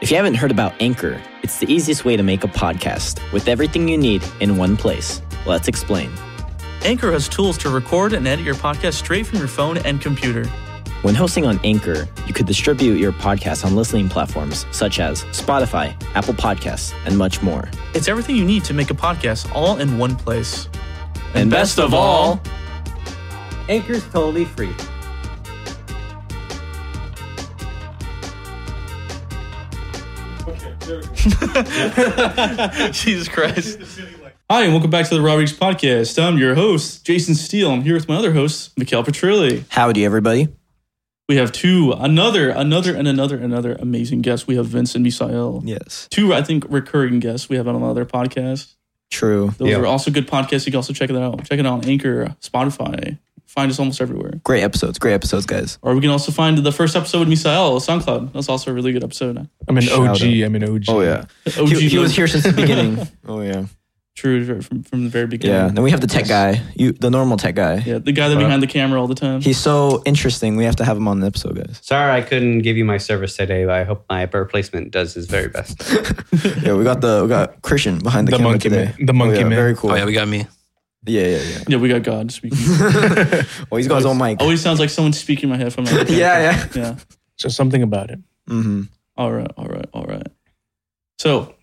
If you haven't heard about Anchor, it's the easiest way to make a podcast with everything you need in one place. Let's explain. Anchor has tools to record and edit your podcast straight from your phone and computer. When hosting on Anchor, you could distribute your podcast on listening platforms such as Spotify, Apple Podcasts, and much more. It's everything you need to make a podcast all in one place. And best of all- Anchor's totally free. Jesus Christ. Hi, and welcome back to the Rob Riggs Podcast. I'm your host, Jason Steele. I'm here with my other host, Mikhail Petrilli. Howdy, everybody. We have two, another, another, and another, another amazing guest. We have Vince and Misael. Yes. Two, I think, recurring guests we have on another podcast. True. Those Yeah. are also good podcasts. You can also check it out. Check it out on Anchor, Spotify. Find us almost everywhere. Great episodes. Great episodes, guys. Or we can also find the first episode with Misael, SoundCloud. That's also a really good episode. I'm an Shout OG. out. I'm an OG. Oh, yeah. OG he, he was love. here since the beginning. oh, yeah. True, from, from the very beginning. Yeah. Then we have the tech guy, you, the normal tech guy. Yeah, the guy that behind the camera all the time. He's so interesting. We have to have him on the episode, guys. Sorry I couldn't give you my service today, but I hope my replacement does his very best. Yeah, we got the we got Christian behind the, The camera monkey today. man. The monkey yeah, man. Very cool. Oh yeah, we got me. yeah, yeah, yeah. yeah, we got God speaking. Well, he's got his own mic. Always sounds like someone's speaking in my head from my Yeah, yeah. Yeah. So something about it. Mm-hmm. All right, all right, all right. So,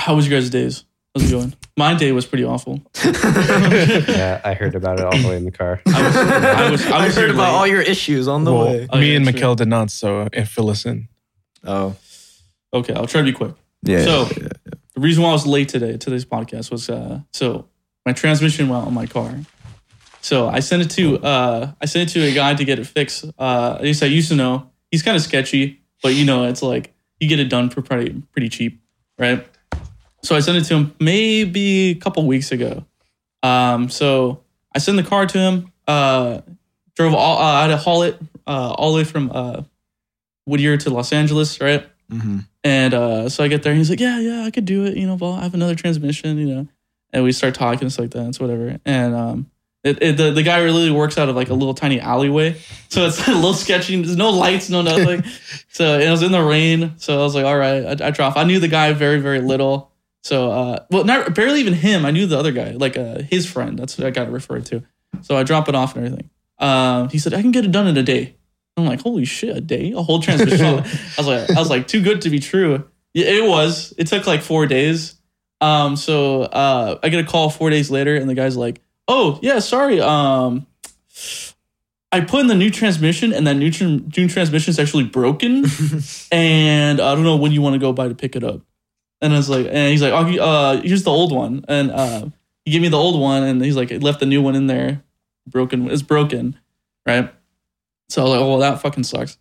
how was your guys' days? How's it going? My day was pretty awful. Yeah, I heard about it all the way in the car. I was, I was, I I was heard here about late. all your issues on the Well, way. Oh, me yeah, and sure. Mikkel did not, so and fill us in. Oh, Okay, I'll try to be quick. yeah. So- The reason why I was late today, today's podcast was uh, so my transmission went out on my car. So I sent it to uh, I sent it to a guy to get it fixed. Uh, at least I used to know. He's kind of sketchy, but you know, it's like you get it done for pretty pretty cheap, right? So I sent it to him maybe a couple weeks ago. Um, so I sent the car to him. Uh, drove all uh, I had to haul it uh, all the way from uh, Whittier to Los Angeles, right? hmm And uh, so I get there, and he's like, "Yeah, yeah, I could do it. You know, well, I have another transmission. You know." And we start talking, it's like that, it's whatever. And um, it, it, the the guy really works out of like a little tiny alleyway, so it's a little sketchy. There's no lights, no nothing. so and it was in the rain, so I was like, "All right, I, I drop." I knew the guy very, very little. So, uh, well, not barely even him. I knew the other guy, like uh, his friend. That's what I got referred to. So I drop it off and everything. Um, he said, "I can get it done in a day." I'm like, "Holy shit, a day? A whole transmission?" I was like, "I was like, too good to be true." Yeah, it was. It took like four days. Um, so uh, I get a call four days later, and the guy's like, "Oh yeah, sorry. Um, I put in the new transmission, and that new, tr- new transmission is actually broken, and I don't know when you want to go by to pick it up." And I was like, and he's like, oh, he- uh, here's the old one. And uh, he gave me the old one, and he's like, I left the new one in there. Broken. It's broken, right? So I was like, oh, well, that fucking sucks.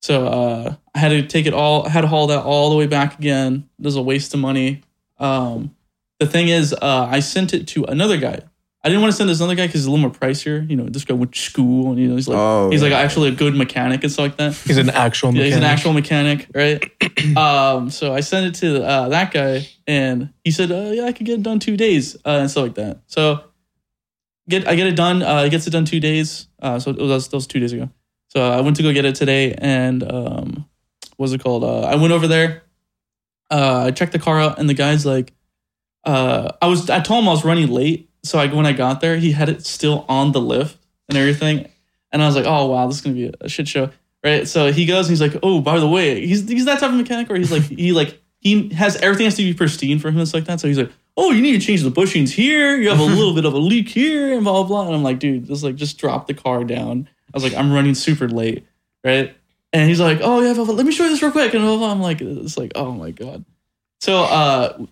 So uh, I had to take it all, I had to haul that all the way back again. It was a waste of money. Um, the thing is, uh, I sent it to another guy. I didn't want to send this another guy because he's a little more pricier. You know, this guy went to school, and you know, he's like, Oh, he's like yeah. actually a good mechanic and stuff like that. He's an actual. Yeah, he's an mechanic. actual mechanic, right? um, so I sent it to uh, that guy, and he said, uh, "Yeah, I could get it done two days uh, and stuff like that." So get I get it done. Uh, he gets it done two days. Uh, so it was, that was two days ago. So I went to go get it today, and um, what's it called? Uh, I went over there. Uh, I checked the car out, and the guy's like, uh, "I was." I told him I was running late, so I when I got there, he had it still on the lift and everything, and I was like, "Oh wow, this is gonna be a shit show." right? So he goes and he's like, oh, by the way, he's he's that type of mechanic where he's like he like he has everything has to be pristine for him and stuff like that. So he's like, oh, you need to change the bushings here. You have a little bit of a leak here and blah blah. blah. And I'm like, dude, just like just drop the car down. I was like, I'm running super late, right? And he's like, oh yeah, blah, blah. let me show you this real quick. And blah, blah, blah. I'm like, it's like, oh my god. So uh,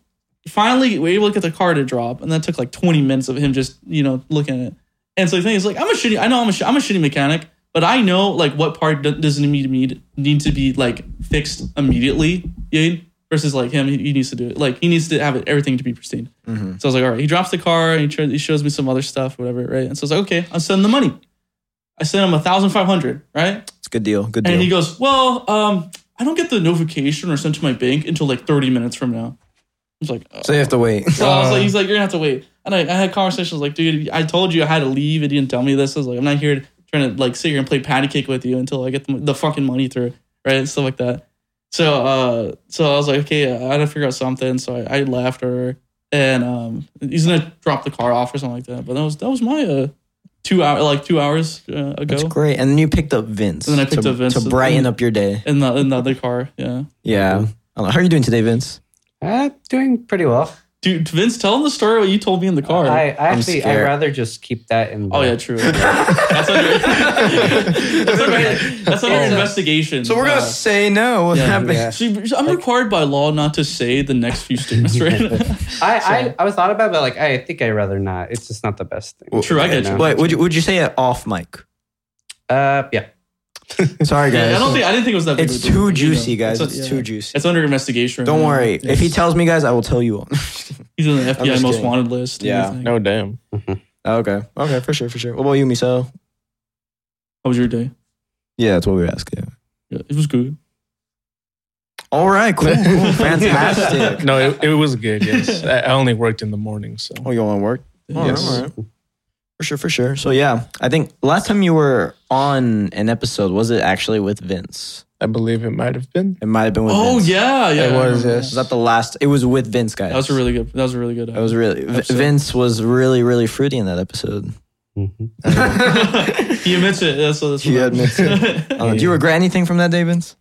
finally, we were able to get the car to drop, and that took like 20 minutes of him just you know looking at it. And so the thing is, like, I'm a shitty. I know I'm a sh- I'm a shitty mechanic, but I know like what part do- doesn't need to be need to be like fixed immediately. You know? versus like him, he, he needs to do it. Like he needs to have it, everything to be pristine. Mm-hmm. So I was like, all right. He drops the car. And he, tr- he shows me some other stuff, whatever, right? And so I was like, okay, I'll send the money. I sent him a thousand five hundred, right? it's a good deal. Good deal. And he goes, "Well, um, I don't get the notification or sent to my bank until like 30 minutes from now." I was like, oh. so you have to wait. so I was like, "He's like, you're gonna have to wait." And I, I had conversations like, "Dude, I told you I had to leave. and You didn't tell me this." I was like, "I'm not here trying to like sit here and play patty cake with you until I get the, the fucking money through, right?" And stuff like that. So uh, so I was like, okay, I gotta figure out something. So I, I left her, and um, he's gonna drop the car off or something like that. But that was that was my uh, two hour like two hours uh, ago That's great. And then you picked up Vince. And then I picked to, up Vince. to brighten up your day. in the in the other car. Yeah, Yeah. I don't know. How are you doing today, Vince? Uh, doing pretty well. dude, Vince, tell him the story what you told me in the car. I, I actually, I'd scared. rather just keep that in. oh the- yeah, true. that's under, that's under, that's under investigation. So we're gonna Uh, say no. What happened? yeah. she, she- I'm required by law not to say the next few statements, right? I, I, I was thought about it, but like, I think I'd rather not. It's just not the best thing. Well, True, I get you. Yeah, no. Wait, would you, would you say it off mic? Uh, yeah. Sorry, guys. Yeah, I don't think I didn't think it was that. big it's of a deal, too you juicy, know. guys. It's, yeah. too juicy. It's under investigation. right Don't now. worry. If he tells me, guys, I will tell you all. he's on the FBI just most kidding. wanted list. and Yeah. everything. No, damn. okay. Okay, for sure, for sure. What about you, Miso? How was your day? Yeah, that's what we ask. Yeah. Yeah, it was good. All right, cool. cool. Fantastic. No, it, it was good. Yes, I I only worked in the morning, so Oh, you want to work? All right, Yes. all right. For sure, for sure. So yeah, I think last time you were on an episode, was it actually with Vince? I believe it might have been. It might have been with Oh Vince. yeah, yeah. It I was, remember yes. Was that the last? It was with Vince, guys. That was a really good. That was a really good. That was really. V- Episode. Vince was really, really fruity in that episode. Mhm. he admits it. That's, that's He admits it. Uh, Do you regret anything from that day, Vince?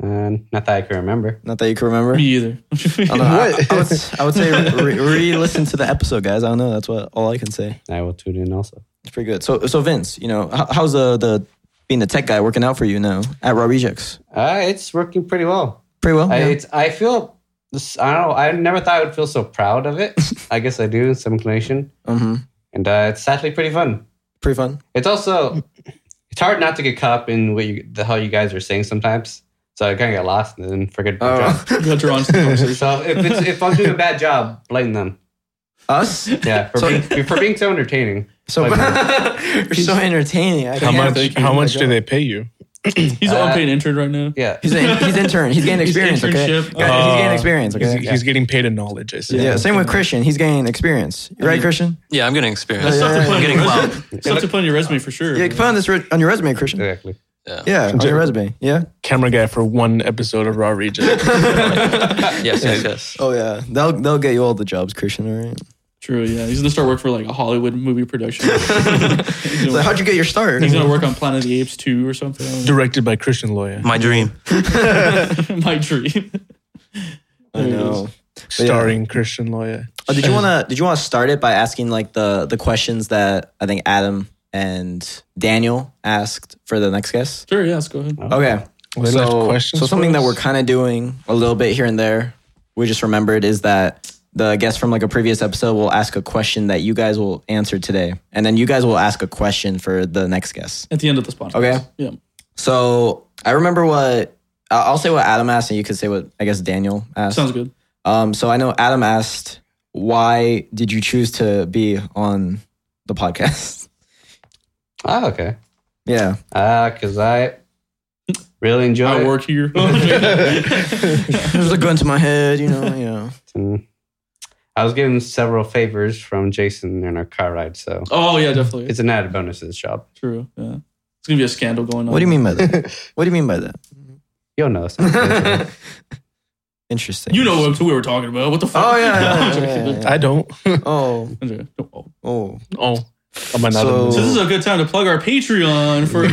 Uh, not that I can remember. Not that you can remember. Me either. I, don't know. I- I would, s- I would say re- re-listen to the episode, guys. I don't know. That's what all I can say. I will tune in also. It's pretty good. So, so Vince, you know, how, how's the the being the tech guy working out for you now at Raw Rejects? Uh, it's working pretty well. Pretty well. I, yeah? it's, I feel, this, I don't know, I never thought I would feel so proud of it. I guess I do in some inclination. Mhm. And uh, it's actually pretty fun. Pretty fun. It's also, it's hard not to get caught up in what you, the hell you guys are saying sometimes. So I kind of get lost and then forget. the job. Got drawn to the conversation. So if, it's, if I'm doing a bad job, blame them. Us. Yeah, for, So- being, for being so entertaining. So Like- you're so entertaining. I How can't- much? How Oh my much do God. they pay you? He's an Uh, unpaid intern right now. Yeah. He's an, he's intern. He's getting He's experience. okay. internship. Guys, he's getting Uh, experience. He's, Okay. he's getting paid in knowledge. I see. yeah. Same with Christian. He's gaining experience. You right, Christian? Yeah, I'm getting experience. That's yeah, stuff to yeah, put on I'm your getting resume. clout. Stuff to put on your resume for sure. Yeah. You can put on this re- on your resume, Christian. Yeah. Exactly. on your resume. Yeah. Camera guy for one episode of Raw Region. Yes, yes, yes. Oh yeah. They'll they'll get you all the jobs, Christian. All right. True. Yeah, he's gonna start work for like a Hollywood movie production. he's, So gonna, how'd you get your start? he's gonna work on Planet of the Apes two or something. Directed by Christian Loya, My dream. My dream. I know. starring Christian Loya. Oh, did you wanna did you wanna start it by asking like the the questions that I think Adam and Daniel asked for the next guest? Sure. Yeah. Let's go ahead. Okay. They left questions so for something that us? we're kind of doing a little bit here and there, we just remembered is that the guest from like a previous episode will ask a question that you guys will answer today, and then you guys will ask a question for the next guest. At the end of this podcast. Okay. Yeah. So I remember what I- I'll say what Adam asked, and you could say what I guess Daniel asked. Sounds good. Um, so I know Adam asked, "Why did you choose to be on the podcast?" Oh, okay. yeah, Ah, because I really enjoy I it. work here. there's a gun to my head, you know. You know. And I was given several favors from Jason in our car ride, so oh yeah, definitely. it's an added bonus to this job. True. Yeah. It's gonna be a scandal going on. What do you mean by that? What do you mean by that? You'll know. something. Interesting. You know what we were talking about. What the fuck? Oh yeah. yeah, yeah, yeah, yeah, yeah. I don't. Oh, Oh. oh. Oh, I'm another. So- So this is a good time to plug our Patreon for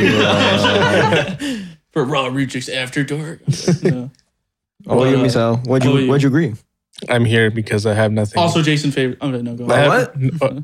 for Raw Rejects After Dark. Yeah. Oh, what Well, you uh, Michelle? What'd you well, you- What'd you agree? I'm here because I have nothing. Also, Jason favorite. Oh no, go. I on. have, what? no,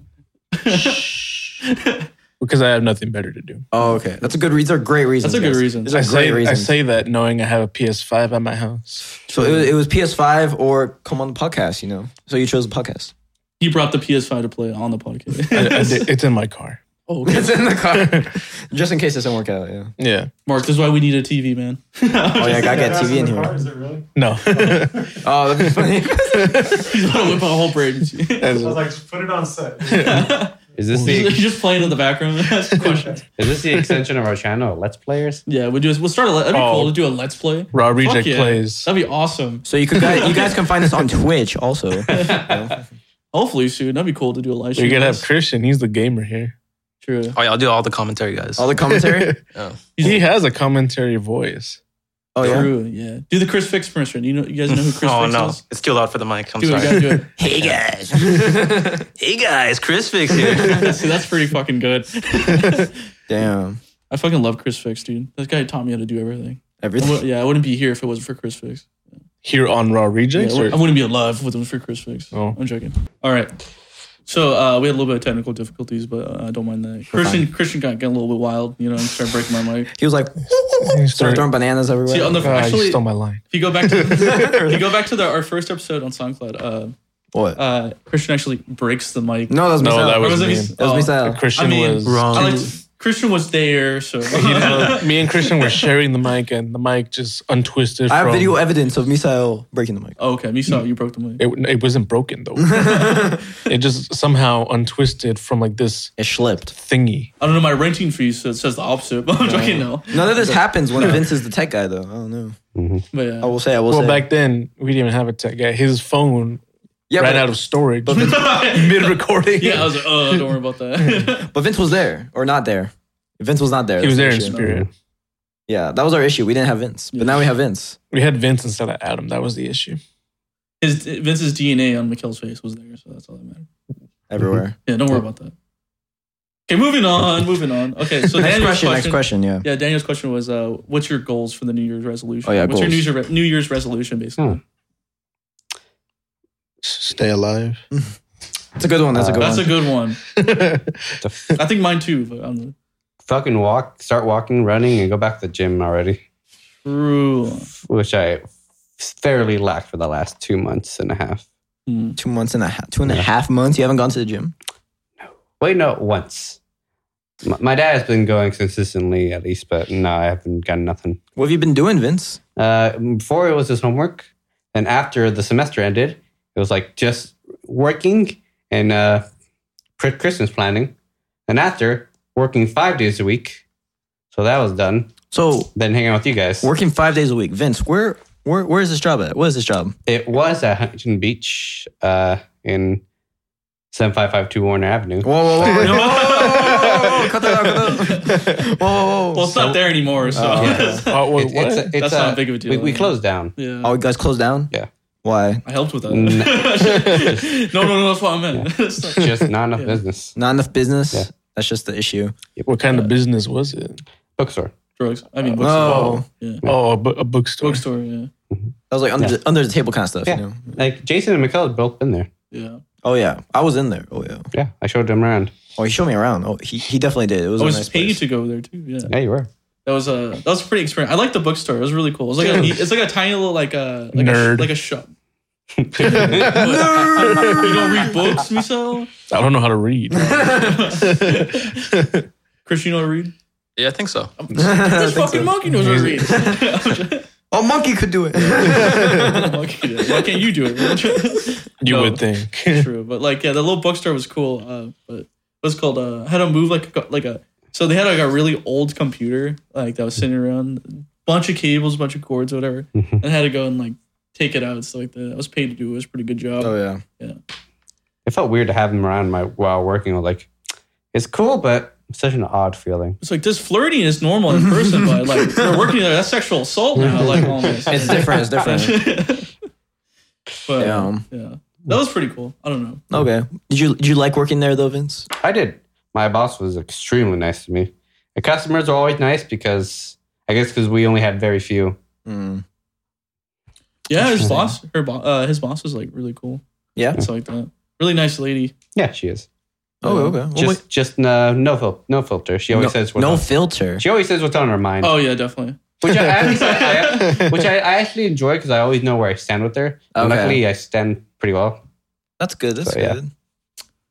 uh, because I have nothing better to do. Oh, okay. That's a good. These are great reasons. That's a good guys. reason. These I are say great I reasons. say that knowing I have a PS5 at my house. So it was, it was PS5 or come on the podcast. You know. So you chose the podcast. He brought the PS5 to play on the podcast. I- I did- it's in my car. oh, okay. in the car, just in case this doesn't work out. Yeah. Yeah. Mark, this is why we need a TV, man. Oh yeah, I gotta get TV in here. Is it really? No. Oh, that'd be funny. He's gonna whip out a whole brain. He's I was like, just put it on set. is this the just playing in the background. That's questions. is this the extension of our channel, Let's Players? Yeah, we do. We'll start. A, that'd be Oh. cool to do a let's play. Raw Fuck Reject yeah. plays. That'd be awesome. so you could guys, you guys can find us on Twitch also. Hopefully soon. That'd be cool to do a live stream. You're gonna with have us. Christian. He's the gamer here. True. Oh, yeah, I'll do all the commentary, guys. All the commentary. Oh. he has a commentary voice. Oh yeah. True, yeah. Do the Chris Fix impression. You know, you guys know who Chris oh Fix no, is? it's too loud for the mic. I'm Do it, sorry. you gotta do Hey guys. hey guys, Chris Fix here. it. See, that's pretty fucking good. Damn. I fucking love Chris Fix, dude. This guy taught me how to do everything. I wou- Everything. yeah, I wouldn't be here if it wasn't for Chris Fix. Here on Raw Yeah, I Rejects? wou- I or- wouldn't be alive if it wasn't for Chris Fix. Oh. I'm joking. All right. So uh, we had a little bit of technical difficulties, but uh, I don't mind that. Christian Christian got, got a little bit wild, you know, and started breaking my mic. He was like You started started- throwing bananas everywhere. See, on the Ah, actually, you if stole my line. you go back to if you go back to the, our first episode on SoundCloud, uh, what? uh, Christian actually breaks the mic. no, that was No, Misael. that Or was- it me. Mis- that was oh. Misael. Christian I mean, was wrong. I liked- Christian was there, so you know. me and Christian were sharing the mic, and the mic just untwisted. I have from, video evidence of Misael breaking the mic. okay, me saw you broke the mic. It, it wasn't broken though. it just somehow untwisted from like this It slipped. thingy. I don't know my renting fees, so it says the opposite. But I'm joking now. None of this happens when Vince is the tech guy, though. I don't know. But uh, I yeah, will say. I will Well, say. back then we didn't even have a tech guy. His phone yeah, ran but, out of storage mid recording. yeah, I was like, oh, don't worry about that. but Vince was there or not there. Vince was not there. he was there That's in the issue. spirit. Yeah, that was our issue. We didn't have Vince, but now we have Vince. We had Vince instead of Adam. That was the issue. His Vince's DNA on Mikkel's face was there, so that's all that mattered. everywhere. Mm-hmm. Yeah, don't worry about that. Okay, moving on, moving on. Okay, so next Daniel's question, Next question. Yeah. Yeah, Daniel's question was, uh, "What's your goals for the New Year's resolution? Oh, yeah, what's your New goals. Year's, re- New Year's resolution, basically? Hmm. Stay alive. It's a good one. That's a Uh, good That's one. a good one. To f- I think mine too, but I'm fucking walk, start walking, running, and go back to the gym already, true. which I fairly lacked for the last two months and a half. Hmm. two months and a half, two and a half months. You haven't gone to the gym. Wait, no, once. My, my dad has been going consistently at least, but no, I haven't gotten nothing. What have you been doing, Vince? Uh, before it was his homework, and after the semester ended, it was like just working and uh, pr- Christmas planning, and after working five days a week. So that was done. So Then hanging out with you guys. working five days a week, Vince. Where where where is this job at? What is this job? It was at Huntington Beach uh, in seven five five two Warner Avenue. Whoa whoa whoa! No. Oh! Cut that out! Cut that out! Whoa whoa Well, it's not there anymore, so Oh, okay. Oh, wait, It- what? it's, it's, That's uh, not big of a deal. We, we closed down. yeah, Oh, you guys closed down. Yeah. Why? I helped with that. N- no, no, no, that's what I meant. It's not- Just not enough Yeah. business. Not enough business. Yeah. That's just the issue. what kind of business was it? Bookstore. drugs. I mean, bookstore. Oh, No, Yeah, Oh, a, bu- a bookstore. bookstore. Yeah, that was like under the, under the table kind of stuff. Yeah. You know? Like Jason and Mikkel have both been there. yeah. Oh yeah, I was in there. Oh yeah. Yeah, I showed them around. Oh, he showed me around. Oh, he, he definitely did. It was, I was a nice paid place. to go there too. Yeah, Yeah, you were. that was a that was a pretty experience. I like the bookstore. It was really cool. It was like a, it's like a tiny little like a like a Nerd. like a shop. Nerd. You don't read books, Miso? I don't know how to read. Chris, you know how to read? yeah, I think so. This fucking monkey knows how to read. oh, monkey could do it. Monkey does. Why can't you do it? you No. would think. True, but like yeah, the little bookstore was cool. Uh, but what's called uh, how to move like a- like a so they had like a really old computer like that was sitting around, bunch of cables, bunch of cords, whatever, Mm-hmm. and had to go and like take it out and stuff like that. I was paid to do. it. It was a pretty good job. oh yeah. It felt weird to have them around my while working. I was like, it's cool, but such an odd feeling. It's like this flirting is normal in person, but like they're working together. That's sexual assault now. Like almost. Mm-hmm. It's different. It's different. but yeah. Yeah. Um, that was pretty cool. I don't know. Okay. Did you did you like working there though, Vince? I did. My boss was extremely nice to me. The customers are always nice because I guess because we only had very few. Mm. Yeah, his Interesting. boss, her bo- uh, his boss was like really cool. Yeah. it's like that. Really nice lady. Yeah, she is. Oh, okay. Well, Just wait. just uh, no fil- no filter. She always no, says what's no on- filter. she always says what's on her mind. Oh yeah, definitely. Which I, actually, I which I, I actually enjoy because I always know where I stand with her. And Okay. luckily, I stand pretty well. That's good. That's So, yeah. good.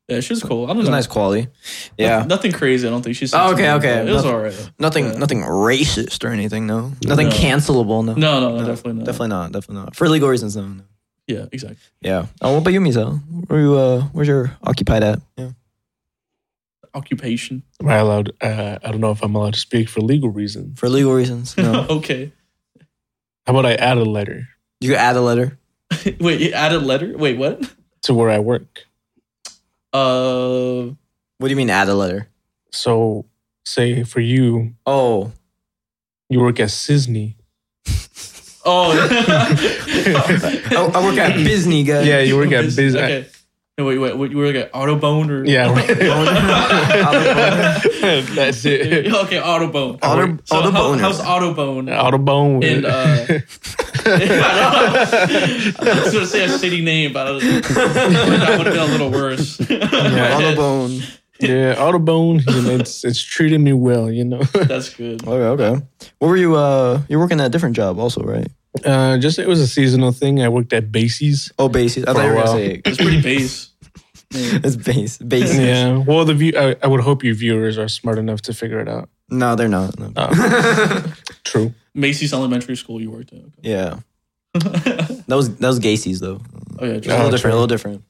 Yeah, she was cool. I don't It was know. nice quality. Noth- Yeah. nothing crazy. I don't think she said. Oh, okay, something, okay. but It was Nothing- all right. Nothing Yeah. nothing racist or anything. No. Nothing No. cancelable. No. No, no, no, No, definitely not. Definitely not. Definitely not. For legal reasons. No. no. Yeah, exactly. Yeah. Oh, what about you, Mizo? Where you? Uh, where's your occupied at? Yeah. Occupation. Am I allowed? Uh, I don't know if I'm allowed to speak for legal reasons. For legal reasons. No. okay. How about I add a letter you could add a letter. Wait, you added letter. Wait, what? to where I work? Uh, What do you mean add a letter? So, say for you, Oh. you work at Sisney. Oh. I, I work at Disney, guys. Yeah, you work at Biz. Okay. No, wait, wait, wait. You work at Autobone or Yeah. Autobone. That's it. okay, Autobone. Auto- so how- Autoboner. how's Autobone? Autobone. And uh, I don't know. I was gonna say a shitty name, but I was, that would have been a little worse. Autobone. yeah, Autobone. You know, it's it's treating me well. You know, That's good. Okay, okay. What were you? Uh, you're working at a different job also, right? uh, just it was a seasonal thing. I worked at Basie's. Oh, Bases. I thought you were a gonna while. say It's pretty base. it's base. Bases. Yeah. Well, the view. I, I would hope you viewers are smart enough to figure it out. No, they're not. No. True. Macy's Elementary School you worked at. Okay. Yeah. That was that was Gacy's though. Oh yeah, A true. little Oh, different. A little different.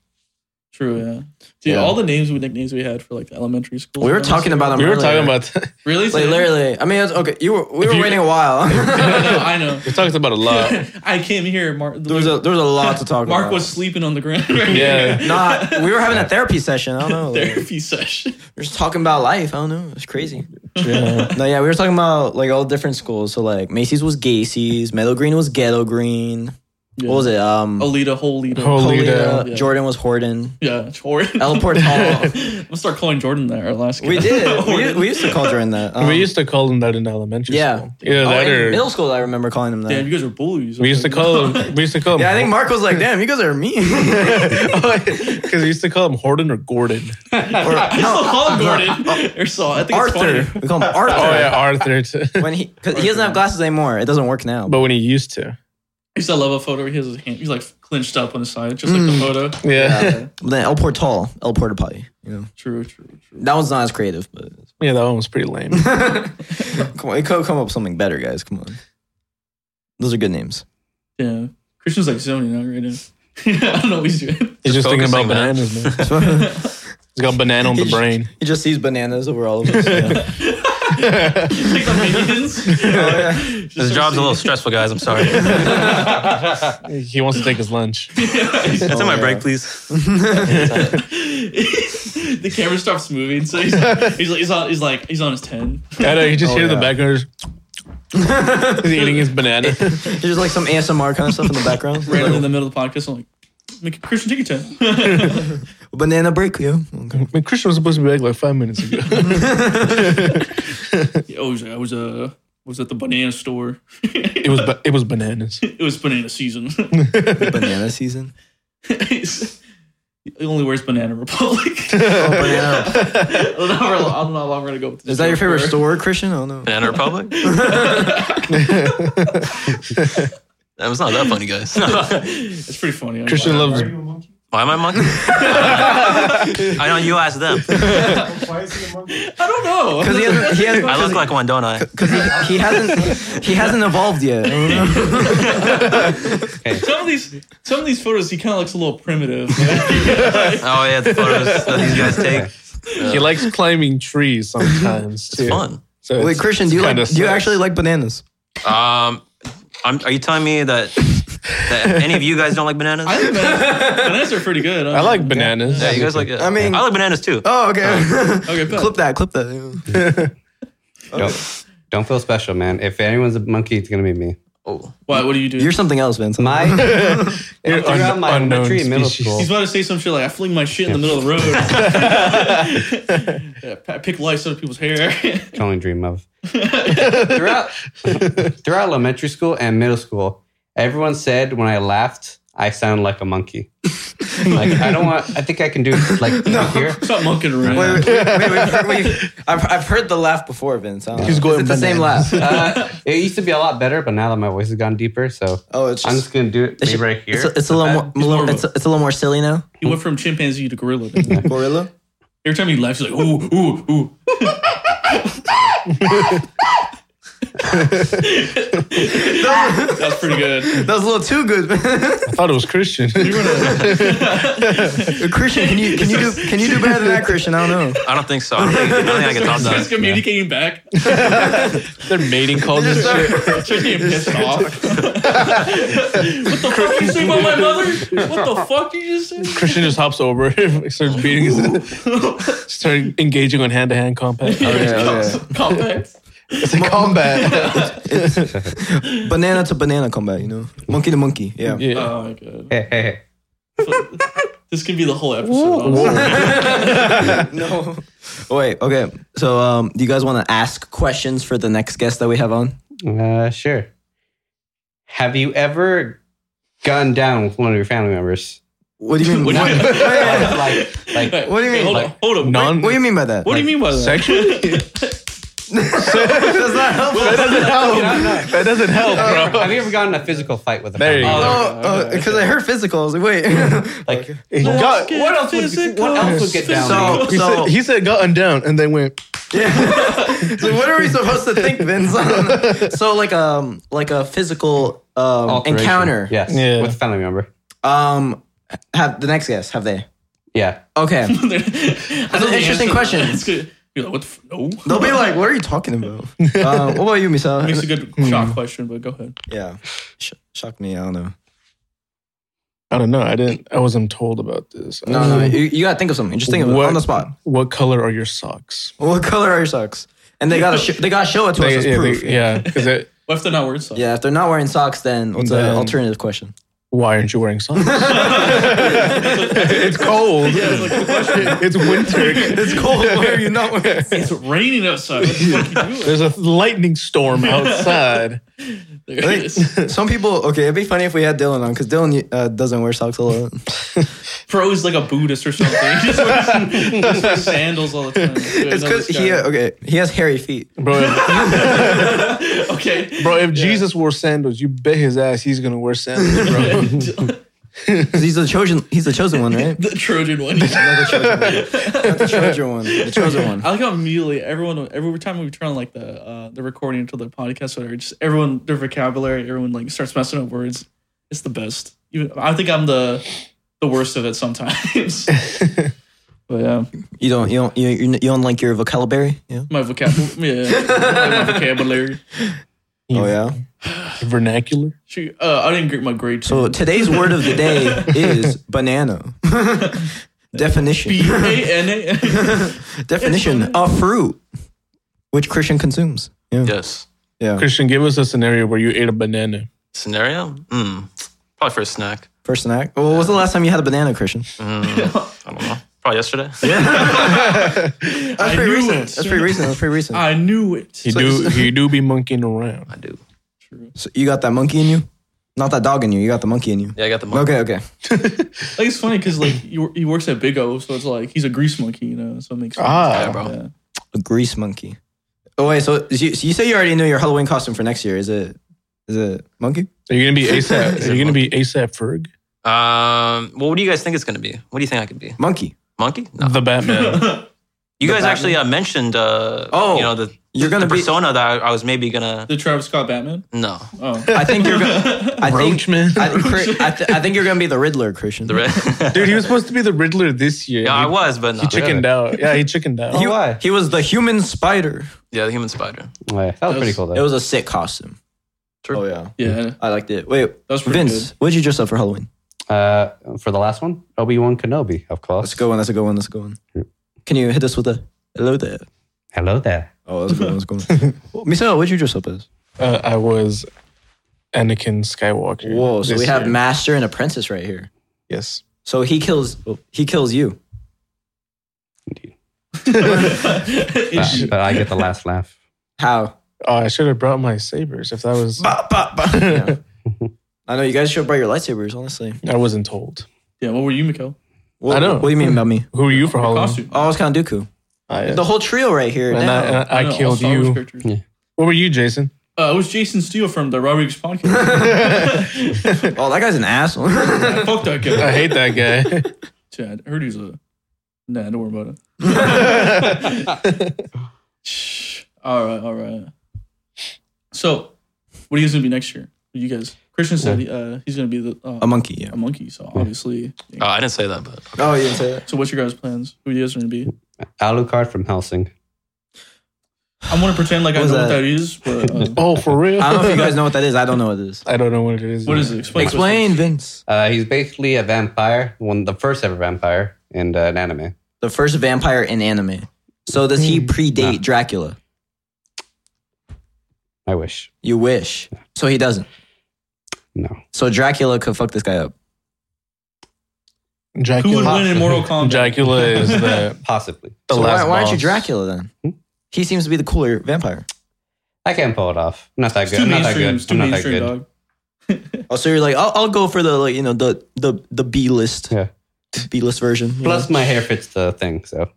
true yeah. Dude, Yeah. all the names we nicknames we had for like the elementary school. We were talking about them. we were talking earlier. about. really. like literally. I mean, it's, okay. You were we were you- waiting a while. No, no, I know. we talked about a lot. I came here. Mark, there was a there was a lot to talk Mark about. was sleeping on the ground. Yeah. not. We were having a therapy session. I don't know. like, therapy session. we're just talking about life. I don't know. It's crazy. Yeah. No, yeah, we were talking about like all different schools. So like Macy's was Gacy's, Meadow Green was Ghetto Green. What was it? Um, Alita, Holita. Hol- Polita. Polita. Jordan was Horton. yeah, Jordan. El Portal. I'm gonna start calling Jordan that our last. We did. we, did- we used to call Jordan that. Um, we used to call them that in elementary Yeah. school. Yeah. oh, That in or middle school. I remember calling him that. Damn, you guys are bullies. we used to call them. We used to call them. yeah, I think Mark was like, "Damn, you guys are mean." because we used to call them Horton or Gordon. Or- I still call him Jordan. or so I think Arthur. it's funny. We call him Arthur. Oh yeah, Arthur. too. When he, cause he doesn't have glasses anymore. It doesn't work now. but when he used to. I used to love a photo. Where he has his hand. He's like clenched up on the side, just Mm. like the photo. Yeah. yeah. Yeah. then El Portal, El Porta Potty. You know, True, true, true. that one's not as creative, but that one was pretty lame. come on, it could come up with something better, guys. Come on, those are good names. Yeah. Christian's like zoning out right now. I don't know what he's doing. He's just thinking about focusing, man. bananas, man. That's why- He's got banana on the brain. He just sees bananas over all of us. Take the minions. Oh, This job's a little stressful, guys. I'm sorry. Can He wants to take his lunch. I take Oh, my yeah. break, please? the camera stops moving, so he's he's like, he's, on, he's like he's on his ten. I know. You just Oh, hear the yeah. background. just- He's eating his banana. There's just like some ASMR kind of stuff in the background. Right in Like, the middle of the podcast, I'm like, make Christian take your ten. Banana break, Leo. I mean, Christian was supposed to be back like five minutes ago. oh, I was I was uh, was at the banana store. it was ba- it was bananas. it was banana season. Banana season. he only wears Banana Republic. I Oh, banana. don't know how- I don't know how long we're gonna go with this. Is that your favorite joke. store, Christian? I don't know. Banana Republic? that was not that funny, guys. Why It's pretty funny. Christian Love. loves am I monkey? I know you asked them. I don't know. Because he hasn't. He hasn't. I look like one, don't I? Because he, he hasn't. He hasn't evolved yet. I don't know. some of these some of these photos he kind of looks a little primitive. Oh yeah, the photos that these guys take. he likes climbing trees sometimes too. Fun. So Wait, it's- Christian, do you like? kinda Do you sucks. actually like bananas? Um, I'm, are you telling me that that any of you guys don't like bananas? I think bananas, bananas are pretty good. I like bananas. yeah, you guys like it. I mean- I like bananas too. Oh, okay. Okay, bet. clip that. Clip that. yeah. Don't, don't feel special, man. If anyone's a monkey, it's gonna be me. Oh, What? What do you do? You're something else, man. My You're throughout un- my unknown elementary and middle species. school, He's about to say some shit like I fling my shit in the middle of the road. yeah, I pick lights out of people's hair. I can only dream of. throughout throughout elementary school and middle school, everyone said when I laughed, I sound like a monkey. like I don't want. I think I can do like here. Stop monkeying around. Wait, wait, wait, wait, wait, wait. I've, I've heard the laugh before, Vince. I don't know. He's going Is it the same bananas. laugh. Uh, it used to be a lot better, but now that my voice has gone deeper, so Oh, it's I'm just, just gonna do it maybe right here. it's, a, it's a little more, It's more of a- it's, a, it's a little more silly now. He went from chimpanzee to gorilla. Gorilla. Every time he laughs, he's like ooh ooh ooh. That's pretty good. That was a little too good. I thought it was Christian. Christian, can you can you do can you do better than that, Christian? I don't know. I don't think so. I don't think, I, don't think I can top He's that. communicating back. They're mating calls and shit. Starts getting pissed off. what the fuck you say about my mother? What the fuck you just say? Christian just hops over, and starts beating his, start engaging on hand to hand combat. yeah. Compact. It's a combat. banana to banana combat, you know? Monkey to monkey. Yeah. Yeah. Oh my god. Hey, hey, hey. This could be the whole episode. honestly. no. Wait. Okay. So, um, do you guys want to ask questions for the next guest that we have on? Uh, sure. Have you ever gunned down with one of your family members? What do you mean? What what, do you mean? Wait, like, like, Wait, What do you wait, mean? Hold on. Hold on. Non- what do you mean by that? What do you mean by that? Sexually? Uh, Does that help? Well, That doesn't help, have you ever gotten in a physical fight with a There family you member? go. uh, Oh, because I heard physical. I was like, wait. Like, Let's Got- what get else would, physical. what else would get down? So, he, so said, he said gotten down and then went. yeah. so what are we supposed to think, Vince? so, like, um, like a physical um, Alteration. encounter. Yes. Yeah. With a family member. Um, have the next guest? Have they? Yeah. Uh, Okay. That's an interesting question. It's good. You're like, what? The f- no. They'll be like, what are you talking about? um, what about you, Makes a Misa? good shock question, but go ahead. Yeah. Sh- shocked me. I don't know. I don't know. I didn't. I wasn't told about this. No, no. You, you gotta think of something. Just think of it What- on the spot. What color are your socks? What color are your socks? And they gotta sh- they gotta show it to They- us as yeah, they- proof. yeah, because it. What if they're not words? Yeah, if they're not wearing socks, then what's the Then- alternative question? Why aren't you wearing socks? it's cold. it's winter. It's cold. Why are you not wearing It's raining outside. What the fuck are you doing? There's a lightning storm outside. There it is. Some people, okay, it'd be funny if we had Dylan on because Dylan uh, doesn't wear socks a lot. Bro is like a Buddhist or something. He just wears, he just wears sandals all the time. It's because he, uh, okay, he has hairy feet. Bro, if, okay. bro, if Jesus wore sandals, you bet his ass he's gonna wear sandals, bro. the 'Cause he's the chosen, he's the chosen one, right? Trojan one. the chosen one. The chosen one. I like how immediately everyone every time we turn on like the uh, the recording until the podcast, whatever, just everyone their vocabulary, everyone like starts messing up words. It's the best. Even I think I'm the the worst of it sometimes. but yeah, You don't you don't you, you don't like your vocabulary? Yeah. my vocab yeah, my vocabulary. Oh yeah. Vernacular. Shoot, uh, I didn't get my grade. Oh, So today's word of the day is banana. B Definition. A N A. Definition. A fruit which Christian consumes. Yeah. yes. Yeah. Christian, give us a scenario where you ate a banana. Scenario? Mm. Probably for a snack. Hmm. First snack. Well, what's the last time you had a banana, Christian? I don't know. Probably yesterday. That's I pretty knew recent. it. That's pretty recent. That's pretty recent. I knew it. He do he do be monkeying around. I do. So you got that monkey in you? Not that dog in you. You got the monkey in you. Yeah, I got the monkey. Okay, okay. Like it's funny because like he, wor- he works at Big O, so it's like he's a grease monkey, you know. So it makes sense. Ah. Yeah, bro. Yeah. A grease monkey. Oh wait, so you, so you say you already know your Halloween costume for next year. Is it is it monkey? Are you gonna be ASAP? Are you gonna be ASAP Ferg? Um, well, what do you guys think it's going to be? What do you think I could be? Monkey. Monkey? No. The Batman. You guys Batman. actually uh, mentioned, uh, Oh, you know, the, You're the gonna be. persona that I, I was maybe going to. The Travis Scott Batman. No. Oh. I think you're. Gonna, I think. Roachman. I, Chri- I, th- I think you're gonna be the Riddler, Christian. The red. Dude, he was supposed to be the Riddler this year. yeah, I He- was, but no. He chickened out. Yeah, he chickened out. He, Oh, why? he was the human spider. Yeah, the human spider. Wait, that was pretty cool, though. It was a sick costume. True. Oh yeah, Yeah. I liked it. Wait, That's pretty Vince, what did you dress up for Halloween? uh, for the last one, Obi Wan Kenobi, of That's course. a good one. That's a good one. That's a good one. Yeah. Can you hit us with a hello there? Hello there. Oh, that's a good one. That's a good one. Well, Michelle, what did you dress up as? Uh, I was Anakin Skywalker. Whoa! So this we have year. master and apprentice right here. yes. So he kills. He kills you. good. But, Uh, but I get the last laugh. How? Oh, I should have brought my sabers if that was. Yeah. I know you guys should buy your lightsabers. Honestly, I wasn't told. yeah. What were you, Miko? what, I know. What do you mean about me? Who are you for Your Halloween? costume. Oh, I was kind of Dooku. I, The whole trio right here. and now. I, and I- I know, all killed Star Wars you. characters. What were you, Jason? Uh, it was Jason Steele from the Rodriguez podcast. oh, that guy's an asshole. Fuck that guy. I hate that guy. Chad. I heard he's a. Nah, don't worry about it. Shh. all right, all right. So, what are you guys gonna be next year? You guys, Christian said uh, he's gonna be the uh, a monkey. Yeah. a monkey. So obviously, Uh, I didn't say that, but Oh, you didn't say that. so what's your guys' plans? Who are you guys gonna be? Alucard from Helsing. I'm gonna pretend like I know What was what that? that is, but uh, oh, for real? I don't know if you guys know what that is. I don't know what it is. I don't know what it is. what is it? Explain. to us. Explain, Vince. Uh, he's basically a vampire, one the first ever vampire in uh, an anime. The first vampire in anime. So does he predate Dracula? I wish. You wish. So he doesn't. No. So Dracula could fuck this guy up. Who would Dracula. win in Mortal Kombat? Dracula is the, Possibly. the so last why, why aren't you boss. Dracula then? He seems to be the cooler vampire. I can't pull it off. I'm not that It's good. too I'm not that mainstream. good. It's too I'm not that mainstream, good. dog. Oh, so you're like, I'll, I'll go for the like, you know, the the the B list. Yeah. B list version. you Plus, know? my hair fits the thing, so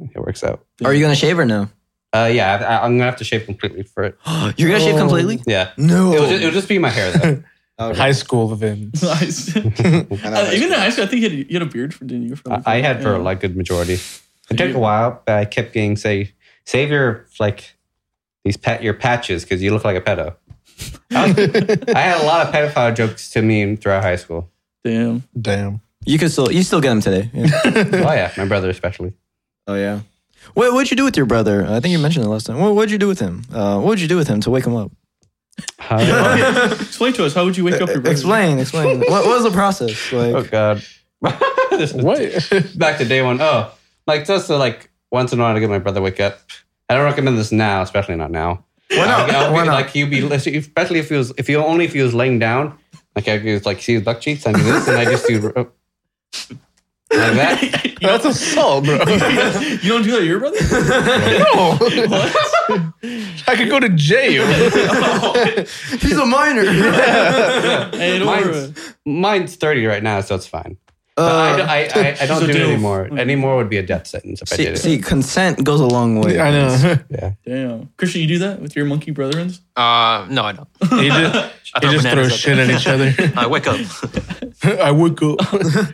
it works out. Are you gonna shave or no? Uh, yeah, I, I'm gonna have to shave completely for it. You're gonna shave completely? Yeah, No. it'll just, it'll just be my hair though. High school Vince. Nice. uh, even in high school, I think you had, you had a beard for didn't you? For I I had for like a good majority. It took a while, but I kept getting say save your like these pet your patches because you look like a pedo. I, was- I had a lot of pedophile jokes to me throughout high school. Damn. Damn. You could still you still get him today. Yeah. Oh yeah, my brother especially. oh yeah. What what'd you do with your brother? I think you mentioned it last time. What what'd you do with him? Uh, what would you do with him to wake him up? Uh, Explain to us how would you wake up your brother? E-, Explain, explain. what, what was the process? Like, oh god, This is- What? back to day one. Oh, like just to like once in a while to get my brother to wake up. I don't recommend this now, especially not now. Why not? Why not? Like you be especially if he was if you only if he was laying down. Like I was like see his buck cheeks. I do this and I just do oh, like that. That's assault, bro. you don't do that to your brother? no. what? I could go to jail. He's a minor. Hey, don't worry. Mine's, mine's thirty right now, so it's fine. But I, I, I, I don't So do it do- anymore. Anymore would be a death sentence if I see, did it. see, consent goes a long way. I know. Yeah. Damn. Christian, you do that with your monkey brethrens? Uh, no, I don't. He just, I he throw just bananas throws at shit at each other. I wake up. I would go. Oh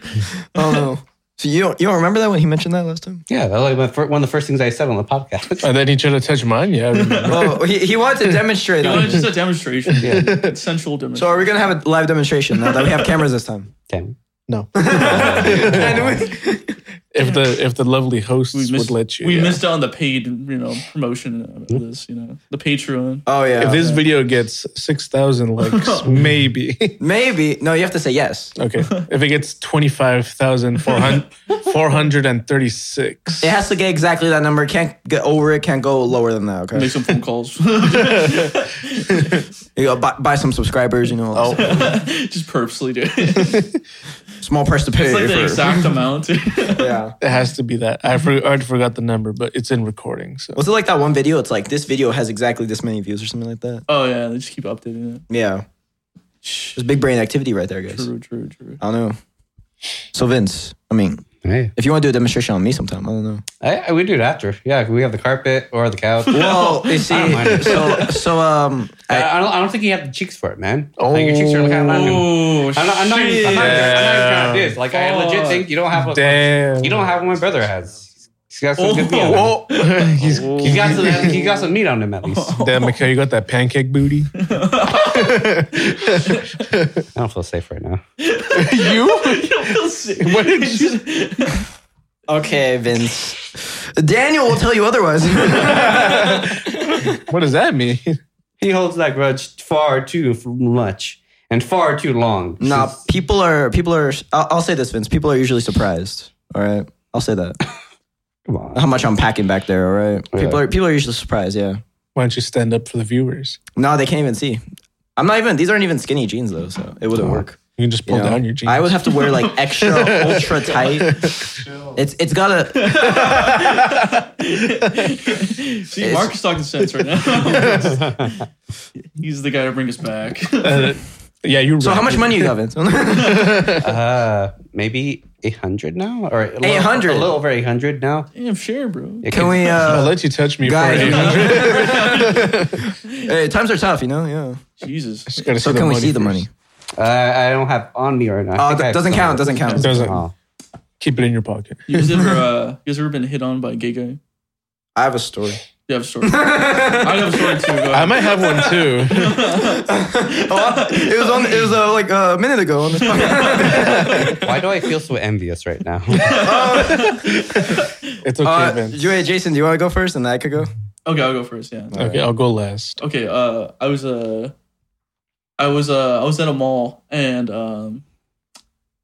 no. So you don't you don't remember that when he mentioned that last time? Yeah, that was like my fir- one of the first things I said on the podcast. And then he tried to touch mine. Yeah. I remember. Oh, he, he wanted to demonstrate. No, it's that. just a demonstration. Consensual So demonstration. are we gonna have a live demonstration now that we have cameras this time? Damn. No. And we- If the if the lovely hosts we missed, would let you. we yeah. missed out on the paid, you know, promotion of this, you know, the Patreon. oh yeah. If this video gets six thousand likes, maybe. Maybe no, you have to say yes. Okay. If it gets twenty five thousand four hundred four hundred and thirty six. It has to get exactly that number. It Can't get over it. Can't go lower than that. Okay. Make some phone calls. just You know, buy, buy some subscribers. You know, Oh. purposely do it. small price to pay. It's like the for- exact amount. yeah. It has to be that. I for, I forgot the number, but it's in recording. So Was it like that one video? It's like this video has exactly this many views or something like that. oh, yeah. They just keep updating it. Yeah. It's big brain activity right there, guys. True, true, true. I don't know. So Vince, I mean, Hey. if you want to do a demonstration on me sometime, I don't know. I, I, we do it after. Yeah, we have the carpet or the couch. Well, you see, don't mind. so so um, I, I, I don't, I don't think you have the cheeks for it, man. like your cheeks are like kind of I'm Oh, not, I'm not, even- I'm not, even- I'm not even trying to do this. Like I legit Fuck. think you don't have a, damn. you don't have what my brother has. He's got some good meat. On him. Oh, he's, He got some. He got some meat on him at least. I damn, Mikhail, you got that pancake booty. don't feel safe right now. you? What did you? okay, Vince. Daniel will tell you otherwise. What does that mean? He holds that grudge far too f- much and far too long. nah, people are people are. I'll, I'll say this, Vince. People are usually surprised. All right, I'll say that. Come on. How much I'm packing back there. All right, people are people are usually surprised. Yeah. Why don't you stand up for the viewers? No, they can't even see. I'm not even. These aren't even skinny jeans though, so it wouldn't work. You can just you pull know? Oh. down your jeans. I would have to wear like extra ultra tight. It's it's gotta. See, Mark is talking sense right now. He's the guy to bring us back. Uh, yeah, you're. So right. how much money you got, Vince? Uh, maybe eight hundred now, or a little- 800. a little over eight hundred now. Damn, share, bro. It Can we? I'll Uh, let you touch me Guys. for 800. hey, times are tough, you know. Yeah. Jesus. Just gotta So see the can we money see the first. money? Uh, I don't have on me right now. I Oh, think I that have doesn't some. count. Doesn't count. Doesn't Oh. keep it in your pocket. You guys ever, uh, you guys ever been hit on by a gay guy? I have a story. You have a story. I have a story too. Go I ahead. might have one too. Oh, uh, It was on. It was uh, like a minute ago on this podcast. Why do I feel so envious right now? It's okay, Uh, Vince. Joey, Jason, do you want to go first, and I could go? Okay, I'll go first. Yeah. Okay, I'll go last. Okay. Uh, I was uh, I was uh, I was at a mall and um,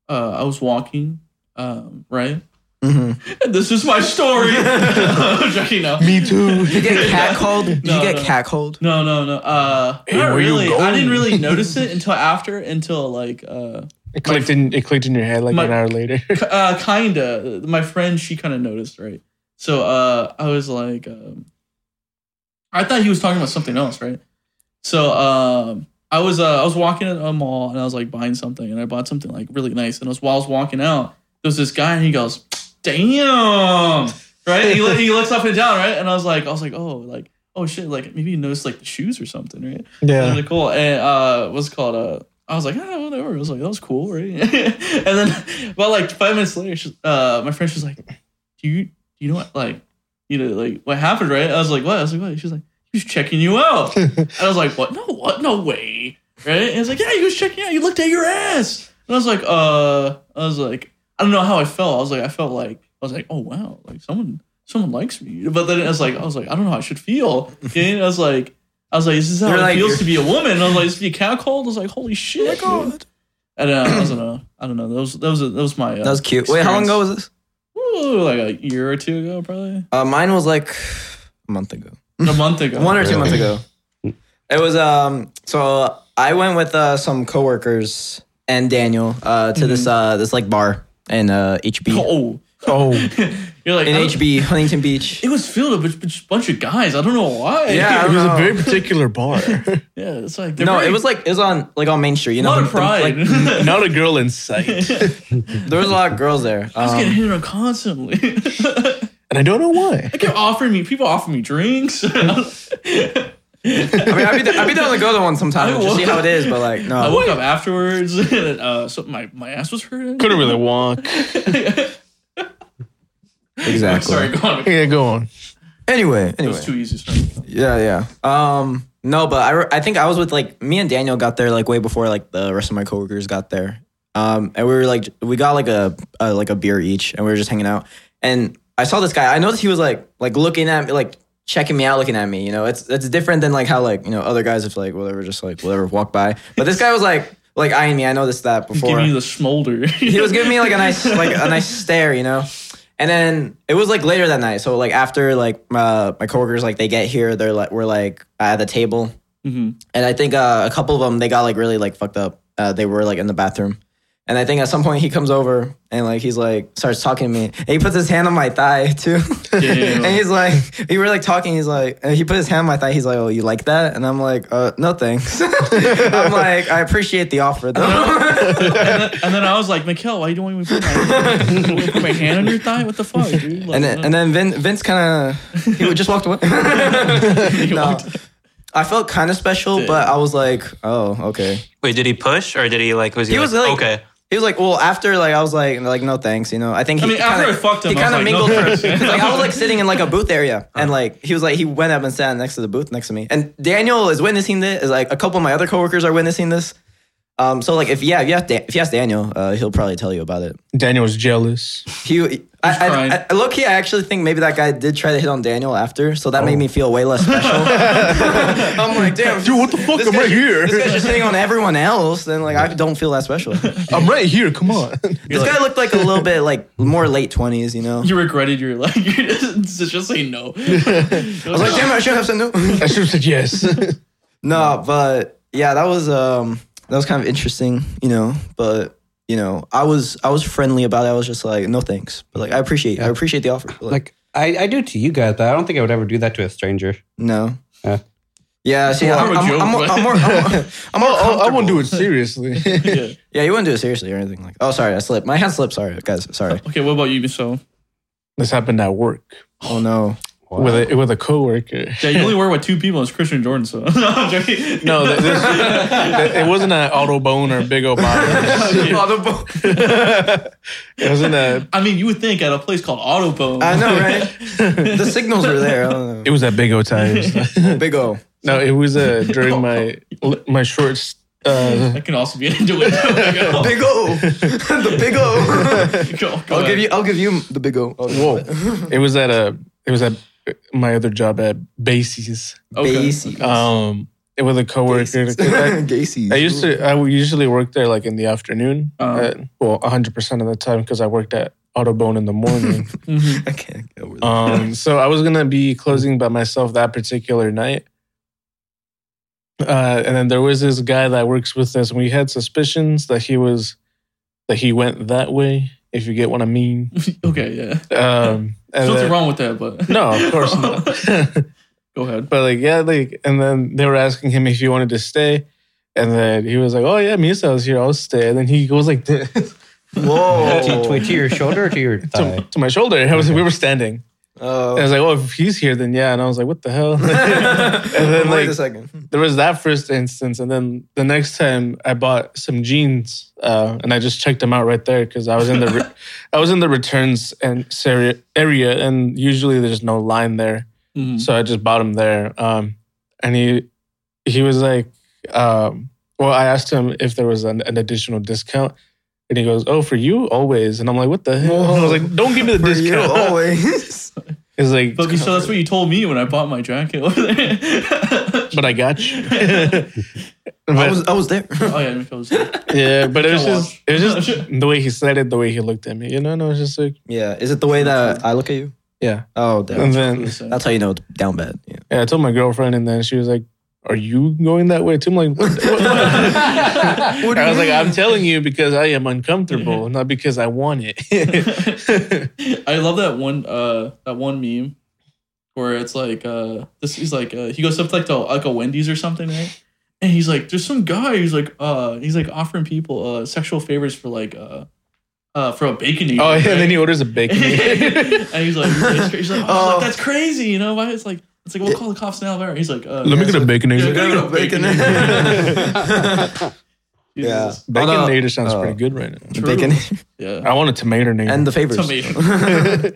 uh, I was walking, um, right, This is my story. I'm joking, no. Mm-hmm. Me too. Did you get catcalled? Did No, you get no. catcalled? No, no, no. Uh, Hey, not where you really. I going? didn't really notice it until after, until like, uh, It clicked in. It clicked in your head like My- an hour later. k- uh, kinda. My friend, she kind of noticed, right? So, uh, I was like, um, I thought he was talking about something else, right? So, um, I was, uh, I was walking at a mall and I was like buying something and I bought something like really nice. And it was while I was walking out, there was this guy and he goes, damn, right? He, lo- he looks up and down, right? And I was like, I was like, oh, like, oh shit, like maybe you noticed like the shoes or something, right? yeah. really cool. And uh, what's it called? Uh, I was like, ah, whatever. I was like, that was cool, right? and then, about like five minutes later, she, uh, my friend was like, do you, do you know what, like, you know, like what happened, right? I was like, what? I was like, what? She's like, he was checking you out. and I was like, what? No, what? No way, right? And it's like, yeah, he was checking you out. You looked at your ass. And I was like, uh, I was like, I don't know how I felt. I was like, I felt like I was like, oh wow, like someone, someone likes me. But then I was like, I was like, I don't know how I should feel. And I was like. I was like, "This is how You're Oh it like- feels to be a woman." And I was like, "Is to be catcalled?" I was like, "Holy shit!" dude. And uh, I was in a, I don't know. That was that was that was my uh, That was cute. Wait, how long ago was this? Ooh, like a year or two ago, probably Uh, mine was like a month ago. a month ago. One or two months ago. It was um so I went with uh, some coworkers and Daniel uh, to Mm-hmm. this uh this like bar in uh HB. oh, Oh, you're like In I don't- HB, Huntington Beach. It was filled with a bunch of guys. I don't know why. it was know. a very particular bar. yeah. It's like they're No, very- it was like it was on like on Main Street, you a know. lot the- of the- pride. like, Not a girl in sight, there was a lot of girls there. I was Um, getting hit on constantly. they and I don't know why. kept offering me. People offer me drinks. I mean, I'd be, th- I'd be down to go to one sometime I to see woke- how it is, but like, I no. woke up afterwards, and uh, so my, my ass was hurting. Couldn't really walk. I'm Exactly. sorry, go on. It Yeah, go on. Anyway, anyway. was too easy. Sorry. Yeah, yeah. Um, no, but I, re- I think I was with like me and Daniel got there like way before like the rest of my coworkers got there. Um, and we were like we got like a, a like a beer each, and we were just hanging out. And I saw this guy. I noticed he was like like looking at me, like checking me out, looking at me. You know, it's it's different than like how like you know other guys have like whatever, just like whatever walk by. But this guy was like like eyeing me. I noticed that before Give me the smolder. he was giving me like a nice like a nice stare, you know. And then it was like later that night. So like after like uh, my coworkers like they get here, they're like we're like at the table, Mhm. and I think uh, a couple of them they got like really like fucked up. Uh, they were like in the bathroom, and I think at some point he comes over and like he's like starts talking to me. And he puts his hand on my thigh too, Damn. and he's like we were like talking. He's like and he put his hand on my thigh. He's like, oh, you like that? And I'm like, uh, no thanks. I'm like, I appreciate the offer though. And then I was like, Mikkel, why you don't even put my, you don't even put my hand on your thigh? What the fuck, dude? Like, And then, and then Vin, Vince kind of he just walked away. he No. walked- I felt kind of special, but I was like, oh, okay. Wait, did he push or did he like? Was he, He was like- okay? He was like, well, after like I was like, like no thanks, you know. I think he I mean, after I fucked him, he I was kind of like, mingled no first. thanks. like I was like sitting in like a booth area, Uh-huh. and like he was like he went up and sat next to the booth next to me, and Daniel is witnessing this. Is like a couple of my other coworkers are witnessing this. Um, so like if yeah, if you ask, Dan- if you ask Daniel, uh, he'll probably tell you about it. Daniel was jealous. He, I, crying. I, I, low key, I actually think maybe that guy did try to hit on Daniel after, so that made me feel way less special. Oh. I'm like, damn, Dude, what the fuck? I'm right here. this guy's just hitting on everyone else, then like I don't feel that special. this I'm right here. Come on. guy looked like a little bit like more late twenties, you know. you regretted your life. You just, just say no. I was I was like, damn, I should have said no. I should have said yes. no, but yeah, that was um that was kind of interesting, you know. But you know, I was I was friendly about it. I was just like, no thanks, but like I appreciate I appreciate the offer. But, like, Like I, I do to you guys, but I don't think I would ever do that to a stranger. no. Yeah. Yeah, see, I'm, would I'm, you? I'm, more- I'm more. I'm more, I'm more Oh, I won't comfortable. do it seriously. Yeah, you wouldn't do it seriously or anything like. Oh, sorry, I slipped. My hand slipped. Sorry, guys. Sorry. Okay, what about you, Michelle? this happened at work Oh no. with a with a coworker. Yeah, you only work with two people. It's Christian Jordan, so. no, I'm joking. No, th- this, th- it wasn't an auto bone or big old bone. It wasn't a. I mean, you would think at a place called Autobone. I know, right? the signals were there. I don't It was at big old times. know. Big O. No, it was uh, during my my short uh, That can also be an Oh. innuendo. Big O. the Big O. I'll give you. I'll give you the Big O. Oh, whoa. It was at a it was at my other job at Basie's. Gacy. Um, it was a coworker. I, Gacy. I used to I would usually work there like in the afternoon. Uh-huh. uh, well, hundred percent of the time because I worked at Autobone in the morning. Mhm. I can't get over that. um, so I was gonna be closing by myself that particular night. Uh, and then there was this guy that works with us, and we had suspicions that he was that he went that way. If you get what I mean. okay, yeah. Um, and There's nothing then- wrong with that, but No, of course not. Go ahead. But like, yeah, like, and then they were asking him if he wanted to stay, and then he was like, "Oh yeah, Misa was here, I'll stay." And then he goes like this Um, To, to, to your shoulder or to your to, thigh? to my shoulder. I was, we were standing. And I was like, "Oh, if he's here, then yeah." And I was like, "What the hell?" and then Wait like, a second. there was that first instance, and then the next time I bought some jeans, uh, and I just checked them out right there because I was in the re- I was in the returns and seri- area, and usually there's no line there. Mhm. So I just bought him there. Um, and he he was like, um, well, I asked him if there was an, an additional discount. And he goes, Oh, for you always. And I'm like, What the hell? I was like, Don't give me the For you discount. always. He's like, But so that's what you told me when I bought my jacket Oh, over there. But I got you. I But- was I was there. oh yeah, it was- yeah, but it was Can't just it was just the way he said it, the way he looked at me. You know, and I was just like, yeah. Is it the way that I look at you? Yeah. Oh damn. And then That's how you know it's down bad. Yeah. yeah, I told my girlfriend, and then she was like, "Are you going that way?" too? I'm like, what- what- I was like, "I'm telling you because I am uncomfortable, not because I want it." I love that one uh that one meme where it's like uh this he's like uh, he goes up to like to like a Wendy's or something, right? And he's like, there's some guy who's like uh he's like offering people uh sexual favors for like uh uh for a bacon eater. oh, yeah, right? and then he orders a bacon. and he's like, he's, he's like, oh, Oh. that's crazy, you know? Why it's like it's like we'll call the cops now. Larry. He's like, uh, Let me get a bacon. Yeah, egg. go bacon. Yeah. Jesus. Bacon Although- nader sounds oh. pretty good right now. True. Bacon yeah. I want a tomato nader. and the favors. Tomato.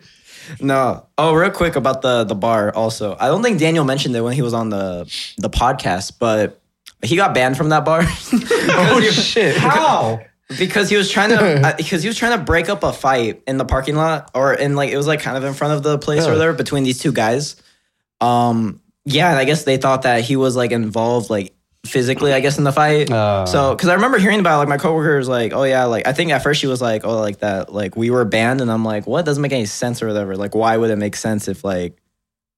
no. Oh, real quick about the the bar. Also, I don't think Daniel mentioned it when he was on the the podcast, but he got banned from that bar. oh shit! How? because he was trying to because he was trying to break up a fight in the parking lot or in like it was like kind of in front of the place Yeah. or there between these two guys um yeah and i guess they thought that he was like involved like physically i guess in the fight Uh, so because i remember hearing about it, like my coworker was like oh yeah like i think at first she was like oh like that like we were banned and i'm like what doesn't make any sense or whatever like why would it make sense if like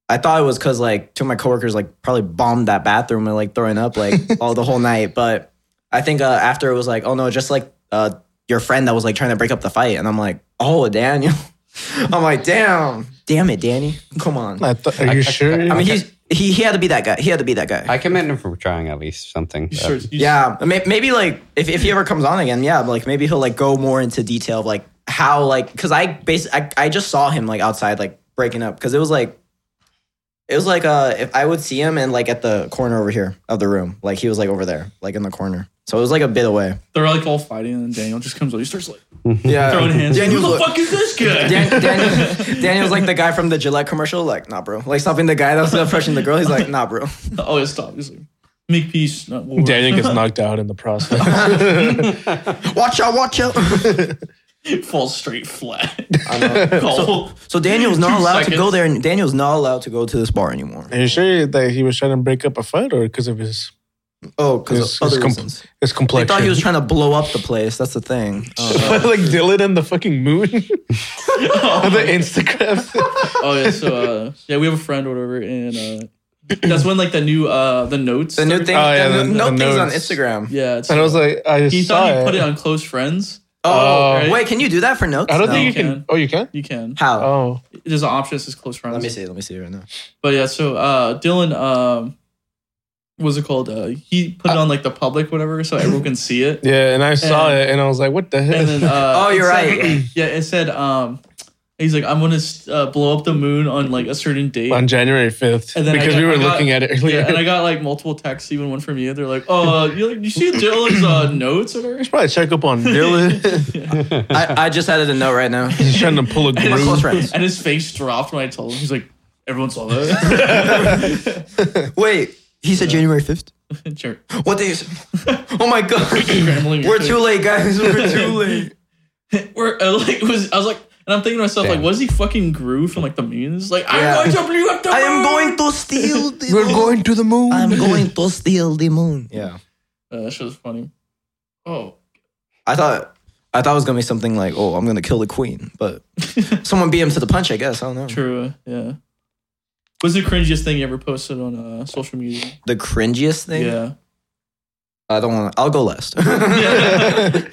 I thought it was because like two of my coworkers like probably bombed that bathroom and like throwing up like all the whole night. But I think uh, after it was like, oh no, just like uh, your friend that was like trying to break up the fight, and I'm like, oh Daniel, I'm like, damn, damn it, Danny, come on. I thought- are you sure? I mean, he's he he had to be that guy. He had to be that guy. I commend him for trying at least something. You Uh, sure- you- yeah, may- maybe like if, if he ever comes on again, yeah, like maybe he'll like go more into detail of like how like because I bas I, I just saw him like outside like breaking up because it was like it was like uh if I would see him and like at the corner over here of the room like he was like over there like in the corner so it was like a bit away. They're like all fighting, and Daniel just comes out. He starts like Yeah, throwing hands. Who Daniel's the like- fuck is this guy? Dan- Daniel, Daniel's like the guy from the Gillette commercial, like nah, bro. Like stopping the guy that was approaching the girl, he's like nah, bro. oh, yeah, stop. He's like, make peace. Not war. Daniel gets knocked out in the process. Watch out, watch out. falls straight flat. I know. Oh. So Daniel's Two not allowed to go seconds. there. and Daniel's not allowed to go to this bar anymore. Are you sure that he was trying to break up a fight or because of his Oh, because his, other his, com- reasons. his They complexion? thought he was trying to blow up the place. That's the thing. Uh, like Dylan and the fucking moon on the Instagram. oh yeah, so uh, yeah, we have a friend or whatever, and uh, that's when like the new uh the notes. the new started- thing. Oh, yeah, the the- new- no the things on notes. Instagram. Yeah, it's, and I was like, I he saw thought he it. put it on close friends. Oh, right. wait, can you do that for notes? I don't No. think you you can. can. Oh, you can. You can. How? Oh, There's an option. It says close friends. Let me see. Let me see right now. But yeah, so uh, Dylan, um, what's it called? Uh, he put it on like the public, whatever, so everyone can see it. yeah. And I saw And- it, and I was like, "What the hell?" And then, uh, Oh, it you're said- right. Yeah, it said, um, he's like, I'm gonna uh, blow up the moon on like a certain date. on January fifth, And then I because got- we were I got- looking at it earlier. yeah, and I got like multiple texts, even one from you. They're like, "Oh, you like, you see Dylan's uh, notes or whatever?" Probably check up on Dylan. I, I just added a note right now. He's trying to pull a My groove. close friends. And his face dropped when I told him. He's like, "Everyone saw that." Wait, he said January fifth. sure. What day is? Oh my god, Scrambling. we're too late, guys. We're too late. We're uh, like, was I was like, and I'm thinking to myself, like, Damn. was he fucking groove from like the memes? Like, Yeah. I'm going to blew up the I am moon!" going to steal. The We're moon. going to the moon. I'm going to steal the moon. Yeah, Uh, that shit was funny. Oh, I thought. I thought it was gonna be something like, "Oh, I'm gonna kill the queen," but someone beat him to the punch. I guess I don't know. True. Yeah. What's the cringiest thing you ever posted on uh, social media? The cringiest thing. Yeah. I don't want. to I'll go last. I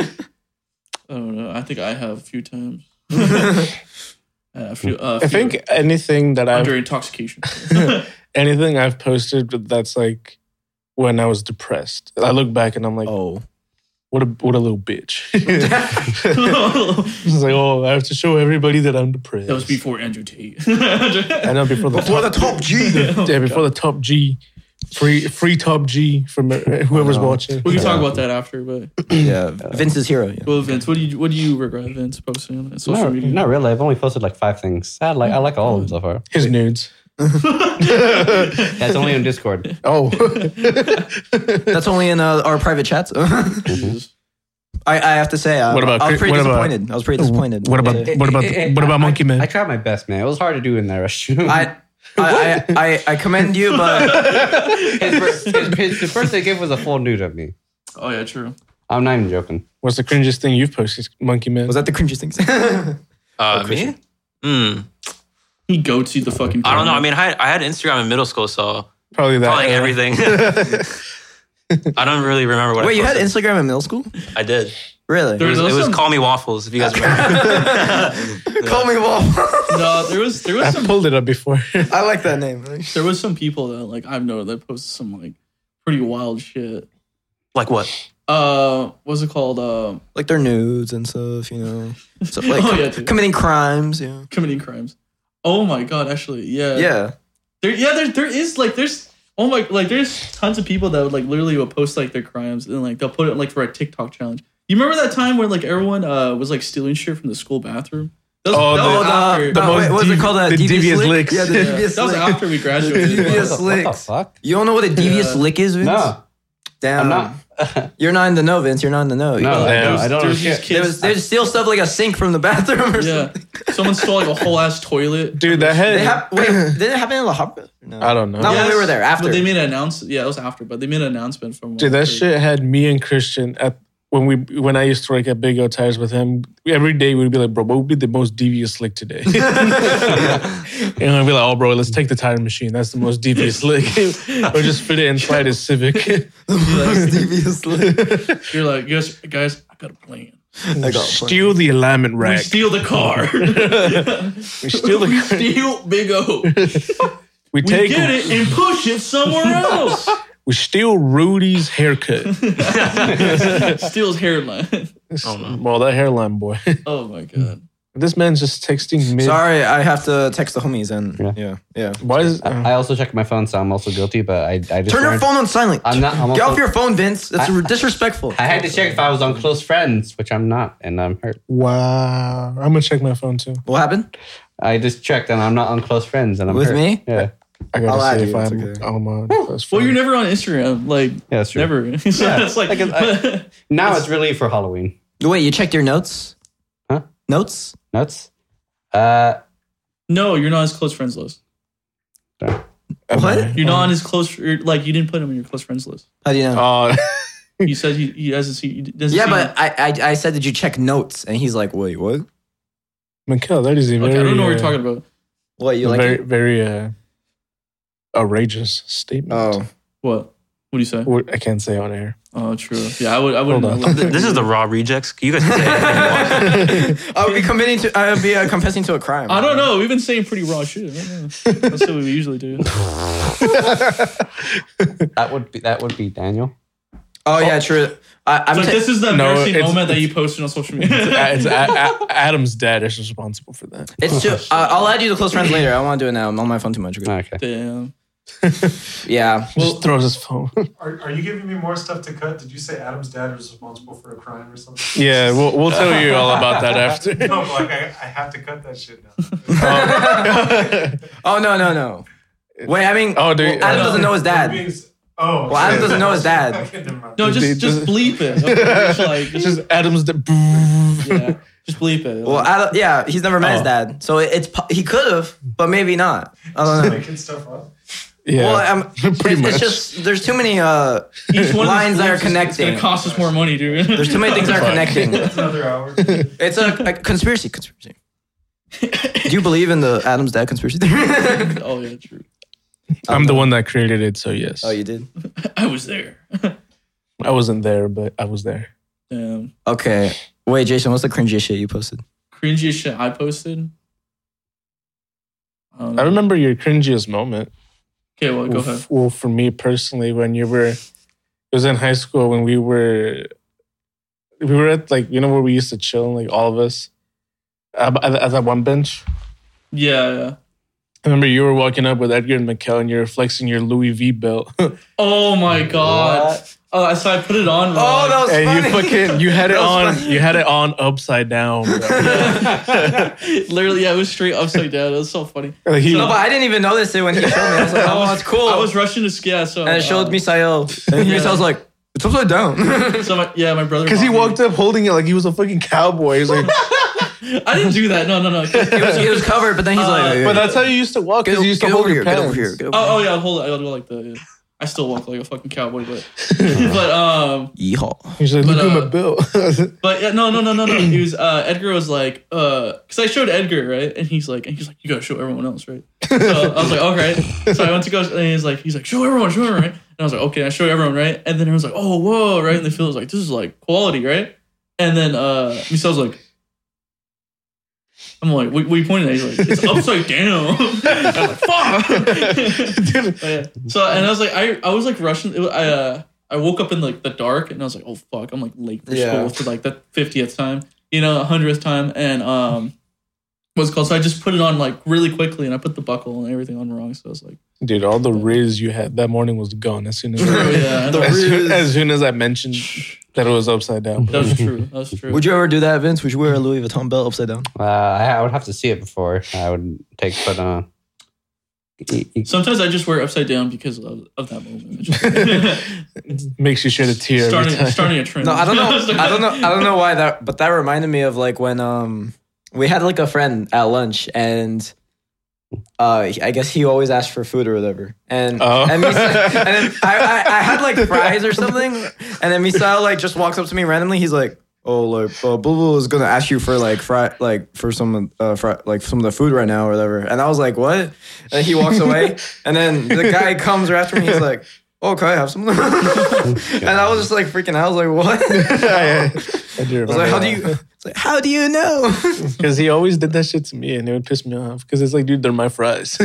don't know. I think I have a few times. Uh, a few, uh, I few think anything that I've under intoxication. anything I've posted that's like when I was depressed. I look back and I'm like, oh, what a what a little bitch. it's like, oh, I have to show everybody that I'm depressed. that was before Andrew Tate. I know before the top, top G. yeah, before the top G, free free top G from uh, whoever's watching. we can talk about that after, but yeah, Vince's hero. Yeah. well, Vince, what do you what do you regret, Vince, posting on social Not, media? not really. I've only posted like five things. I like I like all of them so far. His nudes. That's only on Discord. Oh, That's only in uh, our private chats. I, Jesus. I have to say, I, What about I cri- was pretty what about- disappointed. I was pretty disappointed. what about Yeah. what about what about Monkey Man? I tried my best, man. It was hard to do in that rush. I, I, I, I commend you, but his, bir- his, his, the first they gave was a full nude of me. Oh yeah, true. I'm not even joking. What's the cringiest thing you've posted, Monkey Man? was that the cringiest thing? Uh, me? Mm, He goats you the fucking. I don't know. I camera. mean, I had, I had Instagram in middle school, so probably that. probably uh, everything. I don't really remember what. I Wait, you had posted. Instagram in middle school? I did. Really? It There was, it was was some- call me waffles if you guys remember. Call me Wolf. no, there was there was I some pulled it up before. I like that name. there was some people that like I've known that posted some like pretty wild shit. like what? Uh, what's it called? Um, Like their nudes and stuff, you know. So, like Oh, yeah, dude. committing crimes, yeah. committing crimes. Oh my god, actually, yeah, Yeah. There, yeah, there, there is like there's oh my like there's tons of people that would like literally would post like their crimes and like they'll put it like for a TikTok challenge. You remember that time where like everyone uh was like stealing shit from the school bathroom? That was, Oh, that the- was Oh, after, the, the, most wait, what was it devi- called? Uh, the devious lick? licks. Yeah, the Yeah. devious that was lick. after we graduated. Devious what, the, what the licks. fuck? You don't know what a devious Yeah. lick is, Vince? No, Damn. I'm Um, not. You're not in the know, Vince. You're not in the know. No, I Yeah. don't. I don't There's know these shit. There was, kids. they'd steal stuff like a sink from the bathroom or Yeah, something. someone stole like a whole ass toilet. Dude, that They had. hap- wait, did it happen in La Habra? No. I don't know. Not when Yes, we were there. After. but they made an announcement. Yeah, it was after, but they made an announcement from Dude, that like, shit had me and Christian at when we when I used to work at Big O Tires with him. Every day we'd be like, bro, what would be the most devious lick today? and I'd be like, oh, bro, let's take the tire machine. That's the most devious lick. or just fit it inside his Civic. devious lick. You're like, yes, guys, I got a plan. I got Steal the alignment We rack. steal the car. Steal we the. steal Big O. We We take. get it and push it somewhere else. We steal Rudy's haircut. Steals hairline. well, that hairline boy. Oh my god. this man's just texting me. Sorry, I have to text the homies and Yeah. yeah, yeah. Why is? I also checked my phone, so I'm also guilty. But I, I just Turn your learned- phone on silent. I'm not. I'm Get also- off your phone, Vince. That's I- disrespectful. I had to check if I was on close friends, which I'm not, and I'm hurt. wow. I'm gonna check my phone too. what happened? I just checked, and I'm not on close friends, and I'm With hurt. me? Yeah, I gotta I'll add see you, if it's I'm okay. on my. Well, you're never on Instagram. Like yeah, that's true. never. so Yeah, it's like I can- I- Now it's really for Halloween. Wait, you checked your notes? Huh? Notes? Nuts. Uh, no, you're not his close friends list. What? You're not on his close. You're, like you didn't put him on your close friends list. How do you know? Oh, You said he, he doesn't see. He doesn't yeah, see but I, I I said did you check notes? And he's like, wait, what? Mikhail, that is a you. very, okay, I don't know what uh, you're talking about. What you a like? very, it? very uh, outrageous statement. oh, What? What do you say? What- I can't say on air. Oh, true. Yeah, I would. I wouldn't. Hold I wouldn't- Th- This is the raw rejects. You guys can say anything you want. I would be committing to I would be uh, confessing to a crime. I don't know. We've been saying pretty raw shit. I don't know. That's what we usually do. that would be that would be Daniel. Oh yeah, true. I, I'm Like ta- this is the No, embarrassing it's- moment that you posted on social Uh, media. It's, A- A- Adam's dad is responsible for that. it's too. Uh, I'll add you to close friends later. I want to do it now. I'm on my phone too much. Okay. Damn. Yeah. Just throws his phone. Are, are you giving me more stuff to cut? Did you say Adam's dad is responsible for a crime or something? yeah, we'll, we'll tell you all about that after. No, but, like I, I have to cut that shit now. Um, Oh no no no. Wait, I mean, Oh, dude, well, Adam uh, doesn't know his That dad. means- oh. Well, Adam doesn't know his dad. Okay, never mind. No, just Indeed. just bleep it. Okay, just like It's just Adam's dad. yeah, just bleep it. Well, Adam, yeah, he's never met his Oh. dad, so it, it's po- he could have, but maybe not. I don't know. Making stuff up. Yeah. Well, I'm, Pretty it's, much. it's just there's too many uh Each one Lines of these that are links is- It's connecting. gonna cost us more money, dude. there's too many things that are Fuck. connecting. It's another hour. It's a, a conspiracy. Conspiracy. Do you believe in the Adam's dad conspiracy theory? oh yeah, true. I'm the one that created it, so yes. oh, you did. I was there. I wasn't there, but I was there. Damn. Okay. Wait, Jason, what's the cringiest shit you posted? Cringiest shit I posted. I, don't know. I remember your cringiest moment. Okay, well, go Well, ahead. f- well, for me personally, when you were, it was in high school when we were, we were at like you know where we used to chill, like all of us, uh, at, at that one bench. Yeah, yeah. I remember you were walking up with Edgar and Mikkel, and you're flexing your Louis V belt, and Oh my god. Uh, so I put it on. wrong. was you fucking you had it That on, was funny. you had it on upside down. bro. Literally, I was straight upside down. It was so funny. Like, he- No, but I didn't even notice it when he showed me. I was like, oh, that's cool. I was rushing to ski. Yeah, so and it showed uh, Misael. And Yeah. Misael's like, it's upside down. So my, yeah, my brother. Because he bought me- walked up holding it like he was a fucking cowboy. He's like, I didn't do that. No, no, no. it, was, it was covered, but then he's Uh, like, but that's how you used to walk. Because you used to get hold over your here, get pants. over here, get over here. Oh, oh yeah, I'll hold it. I'll do it like that. yeah. I still walk like a fucking cowboy, but but um, Yeehaw. He's like, But, look at uh, my bill. but yeah, no, no, no, no, no. He was uh, Edgar was like, uh, because I showed Edgar right, and he's like, and he's like, you gotta show everyone else, right? So I was like, okay. So I went to go, and he's like, he's like, show everyone, show everyone, right? And I was like, okay, I showed everyone, right? And then everyone's like, oh, whoa, right? And the field was like, this is like quality, right? And then uh, Michelle's like. I'm like, what, what are you pointing at? He's like, it's upside down. I'm like, fuck. Dude, Oh, yeah. So and I was like, I, I was like rushing. It, wa- I uh, I woke up in like the dark and I was like, oh fuck, I'm like late for Yeah. school for like the fiftieth time, you know, hundredth time, and um, what's it called. So I just put it on like really quickly and I put the buckle and everything on wrong. So I was like, Dude, all the riz you had that morning was gone as soon as oh, yeah, as, soon, as soon as I mentioned that it was upside down. that was true. That was true. Would you ever do that, Vince? Would you wear a Louis Vuitton belt upside down? Uh, I, I would have to see it before I would take, but uh, e- e- Sometimes I just wear upside down because of, of that moment. Just- Makes you shed a tear every starting time. starting a trend. No, I don't know. I don't know. I don't know why that, but that reminded me of like when um we had like a friend at lunch and. Uh, I guess he always asked for food or whatever, and Oh. and, Misa, and then I, I, I had like fries or something, and then Misael like just walks up to me randomly. He's like, "Oh, like uh, blah blah is gonna ask you for like fry like for some uh fry, like some of the food right now or whatever," and I was like, "What?" And he walks away, and then the guy comes right after me. He's like, "Oh, can I have some?" and I was just like freaking out. I was like, "What?" I, I do I was remember. like, how do you? It's like, how do you know? Because he always did that shit to me, and it would piss me off. Because it's like, dude, they're my fries.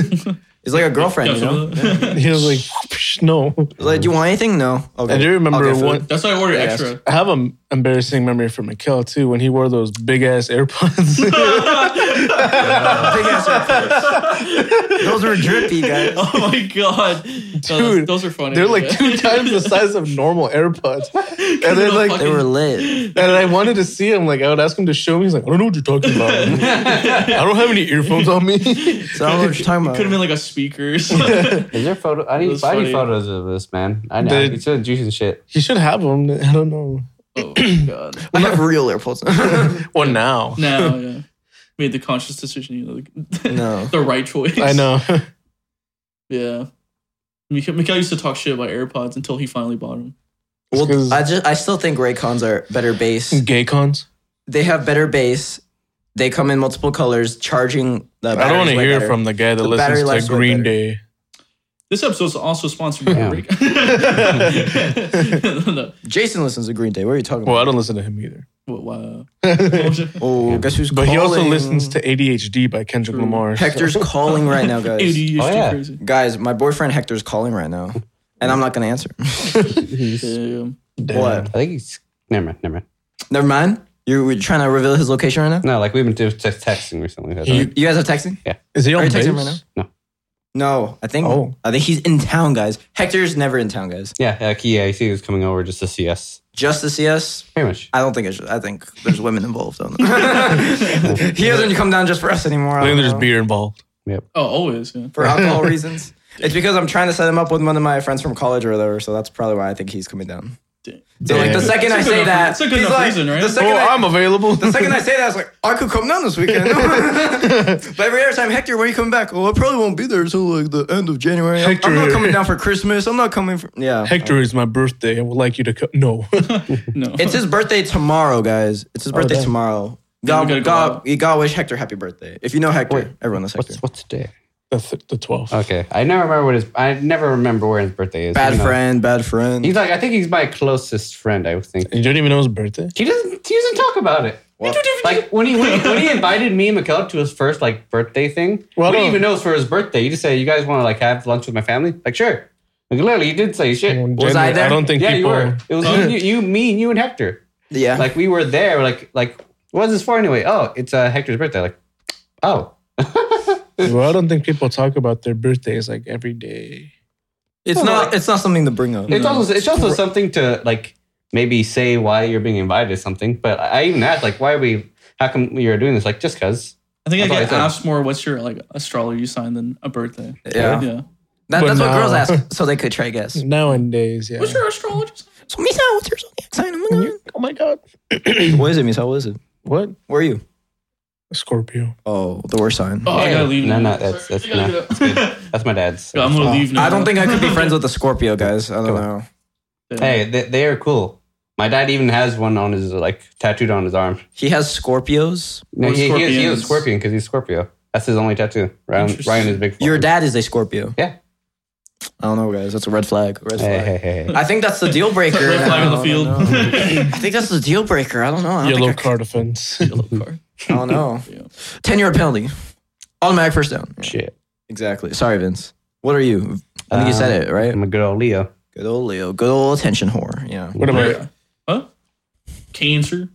It's like a girlfriend, you know. he was like, "Psh, no. It's like, do you want anything? No. Okay. I do remember I'll get food. one. That's why I ordered extra. I have an embarrassing memory for Mikkel too when he wore those big ass AirPods. Big ass AirPods. Those were drippy, guys. Oh my god, Dude, those, those are funny. They're like Yeah. two times the size of normal AirPods. And then like They were lit. and I wanted to see him. Like I would ask him to show me. He's like, I don't know what you're talking about. I don't have any earphones on me. So I don't know what you're talking about. Could have been like a speaker. or something. is there photo? I need, was I need funny. photos of this man. I know Dude. it's a juicy shit. he should have them. I don't know. oh my god. I have real AirPods. Well, now Now, yeah, made the conscious decision. You know, the, no. the right choice. I know. Yeah. Mik- Mikhail used to talk shit about AirPods until he finally bought them. Because- Well, I just I still think Raycons are better bass. Gay cons. They have better bass. They come in multiple colors. Charging. The I don't want to hear better. from the guy that The battery listens life's to way Green better. Day. This episode's also sponsored by Yeah. Raycon. no, Jason listens to Green Day. What are you talking Well, I about? don't listen to him either. Wha- wha- uh, what but was it? Oh, guess who's calling? he also listens Mm. to ADHD by Kendrick True. Lamar. so- Hector's calling right now, guys. ADHD Oh, yeah. crazy. Guys, my boyfriend Hector's calling right now, and I'm not gonna answer. Damn. Damn. What? I think he's never mind, never mind. Never mind. You're, you're trying to reveal his location right now. No, like we've been just just texting recently. That's You, you guys are texting. Is he on Are you bass? texting right No, I think. Oh. I think he's in town, guys. Hector's never in town, guys. Yeah, uh, like yeah, he was coming over just to see us. Just to see us. Pretty much. I don't think it's. I think there's women involved. I don't know. he doesn't come down just for us anymore. I I think don't there's know. beer involved. Oh, always. Yeah. for alcohol reasons. It's because I'm trying to set him up with one of my friends from college or whatever. So that's probably why I think he's coming down. So like Damn. the second I It's a good say enough- that, it's a good he's enough like- reason, right? The second, oh, I, I'm available. the second I say that, I was like, I could come down this weekend. but every other time, Hector, when are you coming back? Well, I probably won't be there until like the end of January. I'm- I'm not Hector. coming down for Christmas. I'm not coming for yeah. Hector is my birthday. I would like you to come. No. No. It's his birthday tomorrow, guys. It's his birthday damn. tomorrow. we God, gotta go God, God, wish Hector happy birthday. If you know Hector, Wait, everyone knows Hector. What's what's the day? the, th- the Uh, 12th. Okay, I never remember what his. I never remember where his birthday is. Bad Who knows? friend, bad friend. He's like, I think he's my closest friend. I would think You don't even know his birthday? he doesn't. He doesn't talk about it. What? Like when he when he, when he invited me and Mikel to his first like birthday thing, Well, we didn't no. even know it was for his birthday. You just say, "You guys want to like have lunch with my family?" Like, sure. Like literally, you did say shit. In Was I January. there? don't think yeah, you people. were. It was you, you, me, and you and Hector. yeah. Like we were there. Like like what is this for anyway? Oh, it's uh, Hector's birthday. Like oh, Well, I don't think people talk about their birthdays like every day. it's not. it's not something to bring up. Hmm. It's also it's also something to like maybe say why you're being invited to something. But I even asked like why are we how come you're doing this? Like just cause. I think I That's what I get said. asked more what's your like astrology sign than a birthday. yeah. Yeah. That, But that's what now- girls ask, so they could try guess. Nowadays, yeah. What's your astrology sign? So Misa, what's your zodiac sign? Oh my oh my God. god. what is it, Misa? What is it? What? Where are you? Scorpio. Oh, the worst sign. Oh, I gotta leave No, now. no, that's that's, I gotta no, get up. that's good. That's my dad's. Yeah, I'm gonna Oh. leave now. I don't think I could be friends with the Scorpio guys. I don't know. Hey, they, they are cool. My dad even has one on his like tattooed on his arm. He has Scorpios. No, Or he, he, is, he is scorpions. a scorpion because he's Scorpio. That's his only tattoo. Ryan, Ryan is big. Your dad is a Scorpio. Yeah. I don't know, guys. That's a red flag. Red Hey, flag. hey, hey, hey. I think that's the deal breaker. Red flag now. on the field. I, don't know. I think that's the deal breaker. I don't know. I don't, think Yellow I, card offense. Yellow card. I don't know. Yeah. Ten yard penalty. Automatic first down. Shit. Exactly. Um, Sorry, Vince. What are you? I think you said it right. I'm a good old Leo. Good old Leo. Good old attention whore. Yeah. what about Huh? Cancer.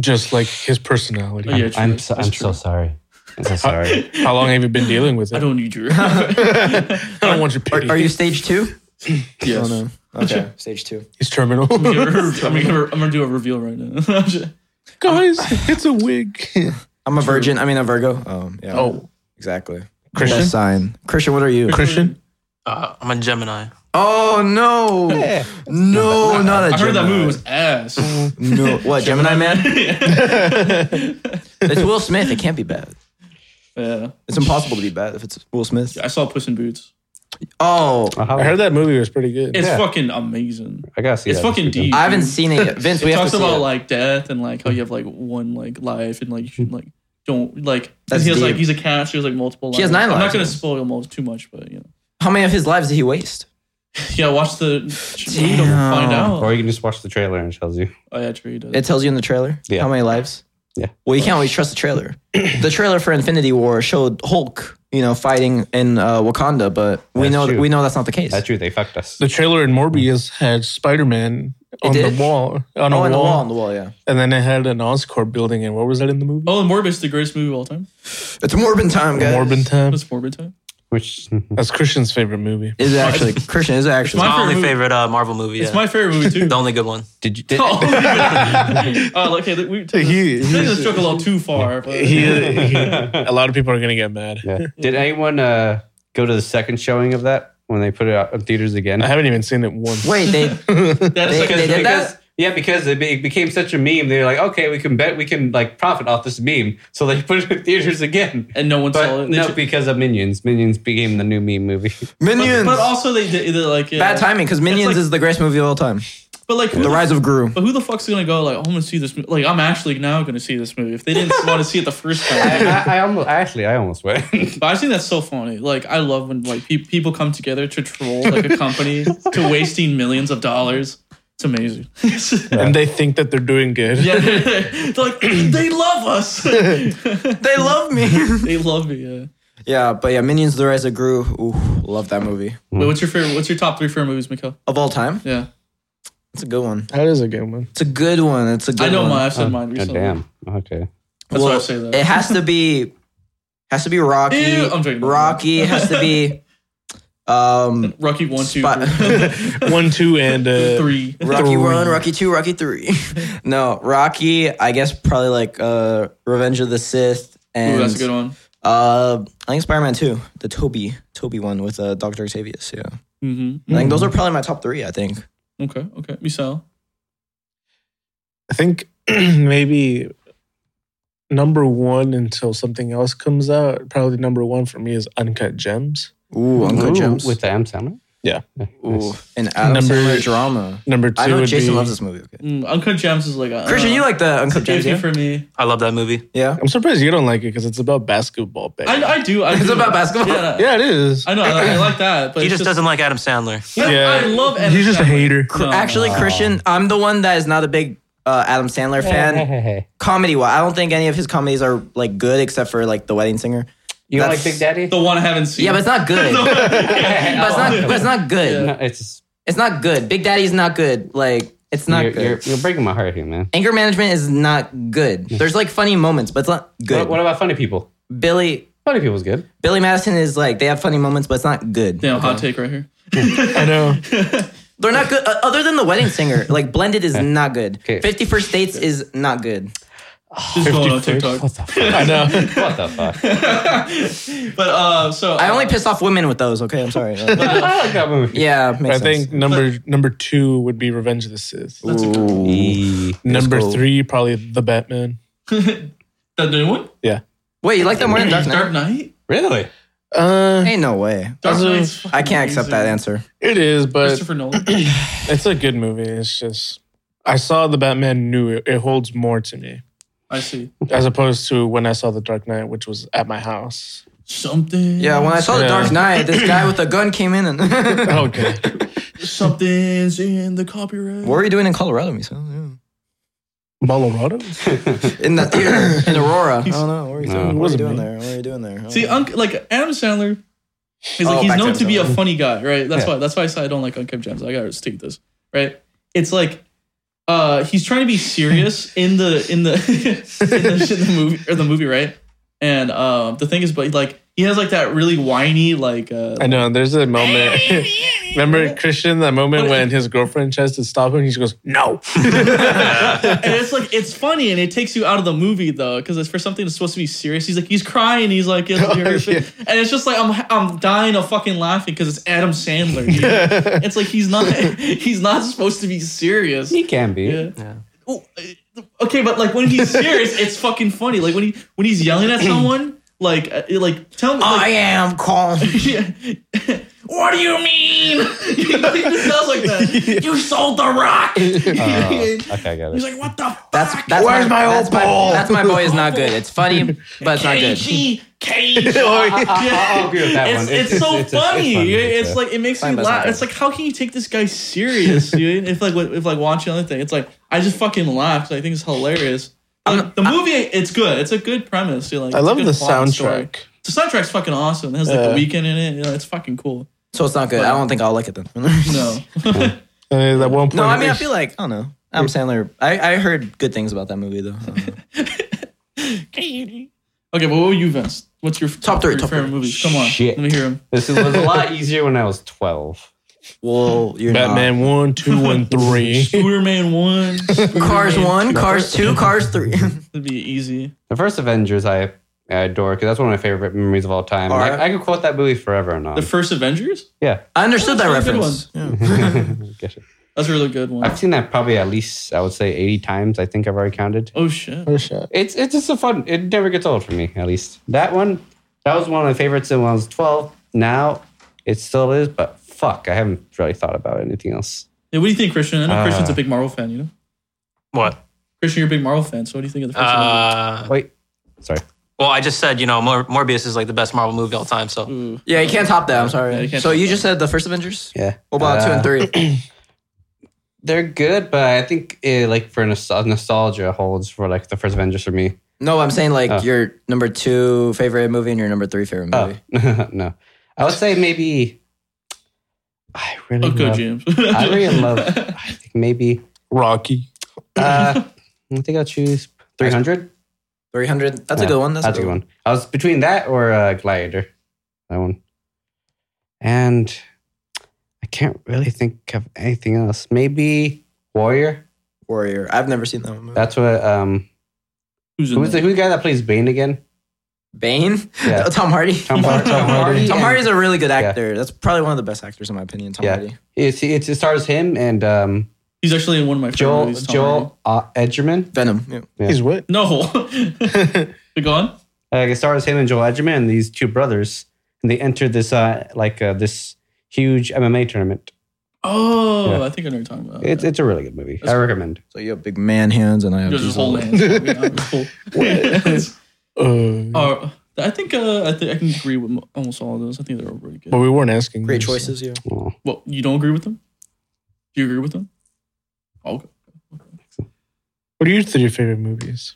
just like his personality? Oh, yeah, true. I'm so, I'm That's so true. sorry. I'm so sorry. How long have you been dealing with it? I don't need you. I don't want your pity. Are you stage two? yes. Oh, no. Okay. stage two. He's terminal. I'm gonna, I'm gonna- I'm gonna do a reveal right now. Guys, it's a wig. I'm a virgin. I mean a Virgo. Oh, yeah. oh, exactly. Christian? Best sign. Christian, what are you? Christian? Uh, I'm a Gemini. Oh no, no, not a I heard Gemini. that movie was ass. No, what Gemini Man? yeah. It's Will Smith. It can't be bad. yeah. It's impossible to be bad if it's Will Smith. I saw Puss in Boots. Oh, I heard that movie was pretty good. It's Yeah. fucking amazing. I gotta see It's that this fucking weekend. deep. I haven't dude. seen it yet. Vince, we it have talks to see about it. like death and like how you have like one like life and like you should like don't like 'cause That's he has like deep. he's a cat. She has like multiple. Lives. She has nine I'm lives, not gonna yeah. spoil most too much, but you know. How many of his lives did he waste? Yeah, watch the movie to Damn. find out. Or you can just watch the trailer and it tells you. oh yeah, true. He does. It tells you in the trailer. Yeah. How many lives? Yeah. Well, you can't always trust the trailer. the trailer for Infinity War showed Hulk, you know, fighting in uh, Wakanda, but we That's know true. we know that's not the case. That's true. They fucked us. the trailer in Morbius had Spider Man on the did? wall. On Oh, a on the wall, wall, on the wall, yeah. And then it had an Oscorp building. And what was that in the movie? oh, and Morbid's the greatest movie of all time. It's Morbin time, guys. Morbin Time. It's Morbid time. Which That's Christian's favorite movie. Is it actually Christian? Is it actually? My My favorite only movie. favorite uh, Marvel movie. It's yeah. my favorite movie too. the only good one. did you? Did, oh, yeah. Oh, okay. th- We took He- this, this took a little too far. But, He- he- a lot of people are gonna get mad. yeah. did anyone uh, go to the second showing of that when they put it out in theaters again? I haven't even seen it once. Wait, they That's They- like a- they did because, Yeah, because it, be, it became such a meme. They're like, okay, we can bet we can like profit off this meme, so they put it in theaters again. and no one saw But it. They no, ju- because of Minions. Minions became the new meme movie. Minions. but also they did they're like yeah. Bad timing because Minions like- is the greatest movie of all time. But like who The the Rise of Gru. But who the fuck's gonna go like I'm gonna see this? mo- Like I'm actually now gonna see this movie if they didn't want to see it the first I, time. I, I almost actually I almost went. But I think that's so funny. Like I love when like pe- people come together to troll like a company to wasting millions of dollars. It's amazing. And they think that they're doing good. yeah, they're like they love us. They love me. they love me. Yeah. yeah, but yeah, Minions: The Rise of Gru. Ooh, love that movie Wait, what's your favorite? What's your top three favorite movies, Mikkel? of all time. Yeah, It's a good one. That is a good one. It's a good one. It's a good. I know one. mine. I've said Oh, mine God recently. damn. Okay. That's Well, why I say that. It has to be, has to be Rocky. Ew, I'm drinking. Rocky has to be, um, Rocky one, two, Spot- three. One, two, and uh, three. Rocky Three. one, Rocky two, Rocky three. no, Rocky. I guess probably like uh, Revenge of the Sith and Ooh, that's a good one. Uh, I think Spider Man Two, the Toby Toby one with uh, Doctor Octavius. Yeah, Mm-hmm. I think those are probably my top three. I think Okay. Okay. Misael. I think maybe number one until something else comes out. Probably number one for me is Uncut Gems. Ooh, Uncle Ooh, Gems. with the M Sandler. Yeah. Ooh, Nice. an Adam Number- Sandler drama. Number two I know would Jason be. loves this movie. Okay. Mm, Uncut Gems is like a, Christian, you like the Uncle Gems? Gems Yeah? for me. I love that movie. yeah. I'm surprised you don't like it because it's about basketball. babe. I, I do. I It's do. about basketball. Yeah. yeah, it is. I know. I, I like that. But He it's just doesn't like Adam Sandler. I, yeah, I love. Adam He's just a Sandler. hater. No, Actually, Christian, I'm the one that is not a big uh, Adam Sandler Hey, fan. hey, hey. Comedy, well, I don't think any of his comedies are like good except for like The Wedding Singer. You don't like That's- Big Daddy? the one I haven't seen. Yeah, but it's not good. Yeah, but oh, it's not. But it's not good. no, it's It's not good. Big Daddy's not good. Like it's not you're, good. you're, you're breaking my heart here, man. Anger management is not good. There's like funny moments, but it's not good. What, what about funny people? Billy Funny people's good. Billy Madison is like they have funny moments, but it's not good. damn hot take right here. I know. They're not good. Uh, other than the Wedding Singer, like Blended is not good. Okay. Fifty First Dates is not good. Just going on 51st. TikTok. What the fuck? I know. what the fuck? But uh, so I only piss off women with those. Okay, I'm sorry. I like that movie. yeah, makes I sense. think number number two would be Revenge of the Sith. E- Number three, probably the Batman. that new one, Yeah. Wait, you like that more than Dark Knight? Dark Knight. Really? Uh, Ain't no way. Dark Also, Knight's fucking I can't accept amazing. that answer. it is, but Christopher Nolan. it's a good movie. It's just I saw the Batman, knew it, it holds more to me I see as opposed to when I saw the Dark Knight, which was at my house. something. Yeah, when I saw The Yeah. Dark Knight, this guy with a gun came in and. Okay, something's in the copyright. What were you doing in Colorado, Miso? Colorado. In the theater, in Aurora. I He's- don't know. What were you, No. doing? What It were you wasn't doing me. there? What were you doing there? I don't See, know. Unc like Adam Sandler. He's Oh, like back he's to known to be a Adam funny guy, right? That's Yeah. why. That's why I said I don't like Uncut Gems. I gotta state this, right? It's like uh he's trying to be serious in the in the in the, in the movie or the movie, right? And um the thing is, but like he has like that really whiny like uh I know. There's a moment. Remember Christian? That Oh, moment But- when his girlfriend tries to stop him, he just goes, "No." and it's like it's funny and it takes you out of the movie though because it's for something that's supposed to be serious he's like he's crying he's like he's- and it's just like i'm i'm dying of fucking laughing because it's adam sandler dude. it's like he's not he's not supposed to be serious He can be. yeah. Oh, uh, okay but like when he's serious it's fucking funny like when he when he's yelling at someone like uh, like tell me like, I am calm. what do you mean he just sounds like that you sold the rock Oh, okay, I got he's it. like what the fuck? That's that's Where's my old that's ball? that's my boy is not good. It's funny, but it's not good. KG, KG. Oh, Oh, I'll agree with that It's, one. it's, so funny. funny, It's, yeah. like it makes Fine, me but it's laugh. not It's like how can you take this guy serious, dude? If like what- if like watching other thing, it's like I just fucking laugh. 'cause I think it's hilarious. Like, the movie, it's good. It's a good premise. you know, like, I it's a love good the plot and story. soundtrack. The soundtrack's fucking awesome. It has like Yeah. the weekend in it. You know, it's fucking cool. So it's not good. I don't think I'll like it then. No, And at one point, No, I mean, I it's- feel like, I don't know. Adam Sandler, I, I heard good things about that movie, though. I don't know. okay, but what were you, Vince? What's your top, three, three top favorite three. movies? Come on, Shit. let me hear them. This was a lot easier when I was 12. Well, you're not. Batman one, two, one, three. Superman one, Cars Superman- 1, Cars 2, Cars 3. It'd be easy. The first Avengers I, I adore because that's one of my favorite memories of all time. All I- right. I, could quote that movie forever and The on. first Avengers. yeah. I understood that That's a good reference. Yeah. Get it. That's a really good one. I've seen that probably at least, I would say, 80 times. I think I've already counted. Oh shit. It's it's just a fun, it never gets old for me, at least. That one, that was one of my favorites when I was 12. Now it still is, but fuck, I haven't really thought about anything else. Yeah, what do you think, Christian? I know Uh, Christian's a big Marvel fan, you know? What? Christian, you're a big Marvel fan, so what do you think of the first Uh, Wait. Sorry. well, I just said you know Mor- Morbius is like the best Marvel movie of all time. So one? Ooh. yeah, you can't top that. I'm Yeah, sorry. you can't so top you that. just said the first Avengers? Yeah. Uh, What about 2 and 3? Uh, They're good, but I think eh, like for nostal- nostalgia holds for like the first Avengers for me. No, I'm saying like Oh. your number two favorite movie and your number three favorite Oh movie. no, I would say maybe. I really Okay, love. Oh, James. I really love. I think maybe. Rocky. Uh, I think I'll choose three hundred. 300. That's a good one. That's, a good one. I was between that or uh, Gladiator, that one, and I can't really think of anything else. Maybe Warrior. Warrior. I've never seen that one. That's what. Um, Who's in who's the there? who's the guy that plays Bane again? Bane? Yeah. Tom Hardy? Tom, Har- Tom Hardy. Tom and- Hardy's a really good actor. That's probably one of the best actors in my opinion, Tom Yeah. Hardy. It's, it's, it stars him and um, He's actually in one of my favorite Joel movies. Tom Hardy. Joel uh, Edgerman. Venom. yeah. He's what? No. but go on. Like it stars him and Joel Edgerman and these two brothers, and they enter this uh, like uh, this huge MMA tournament. Oh, Yeah. I think I know what you're talking about. It's Yeah. it's a really good movie. I recommend. So you have big man hands and I have There's this these whole little- land. Yeah, it's Uh, cool. Uh, I think uh, I think I can agree with mo- almost all of those. I think they're all really good. but we weren't asking. great you, so- choices, yeah. Oh. Well, you don't agree with them? Do you agree with them? Okay. What are your three favorite movies?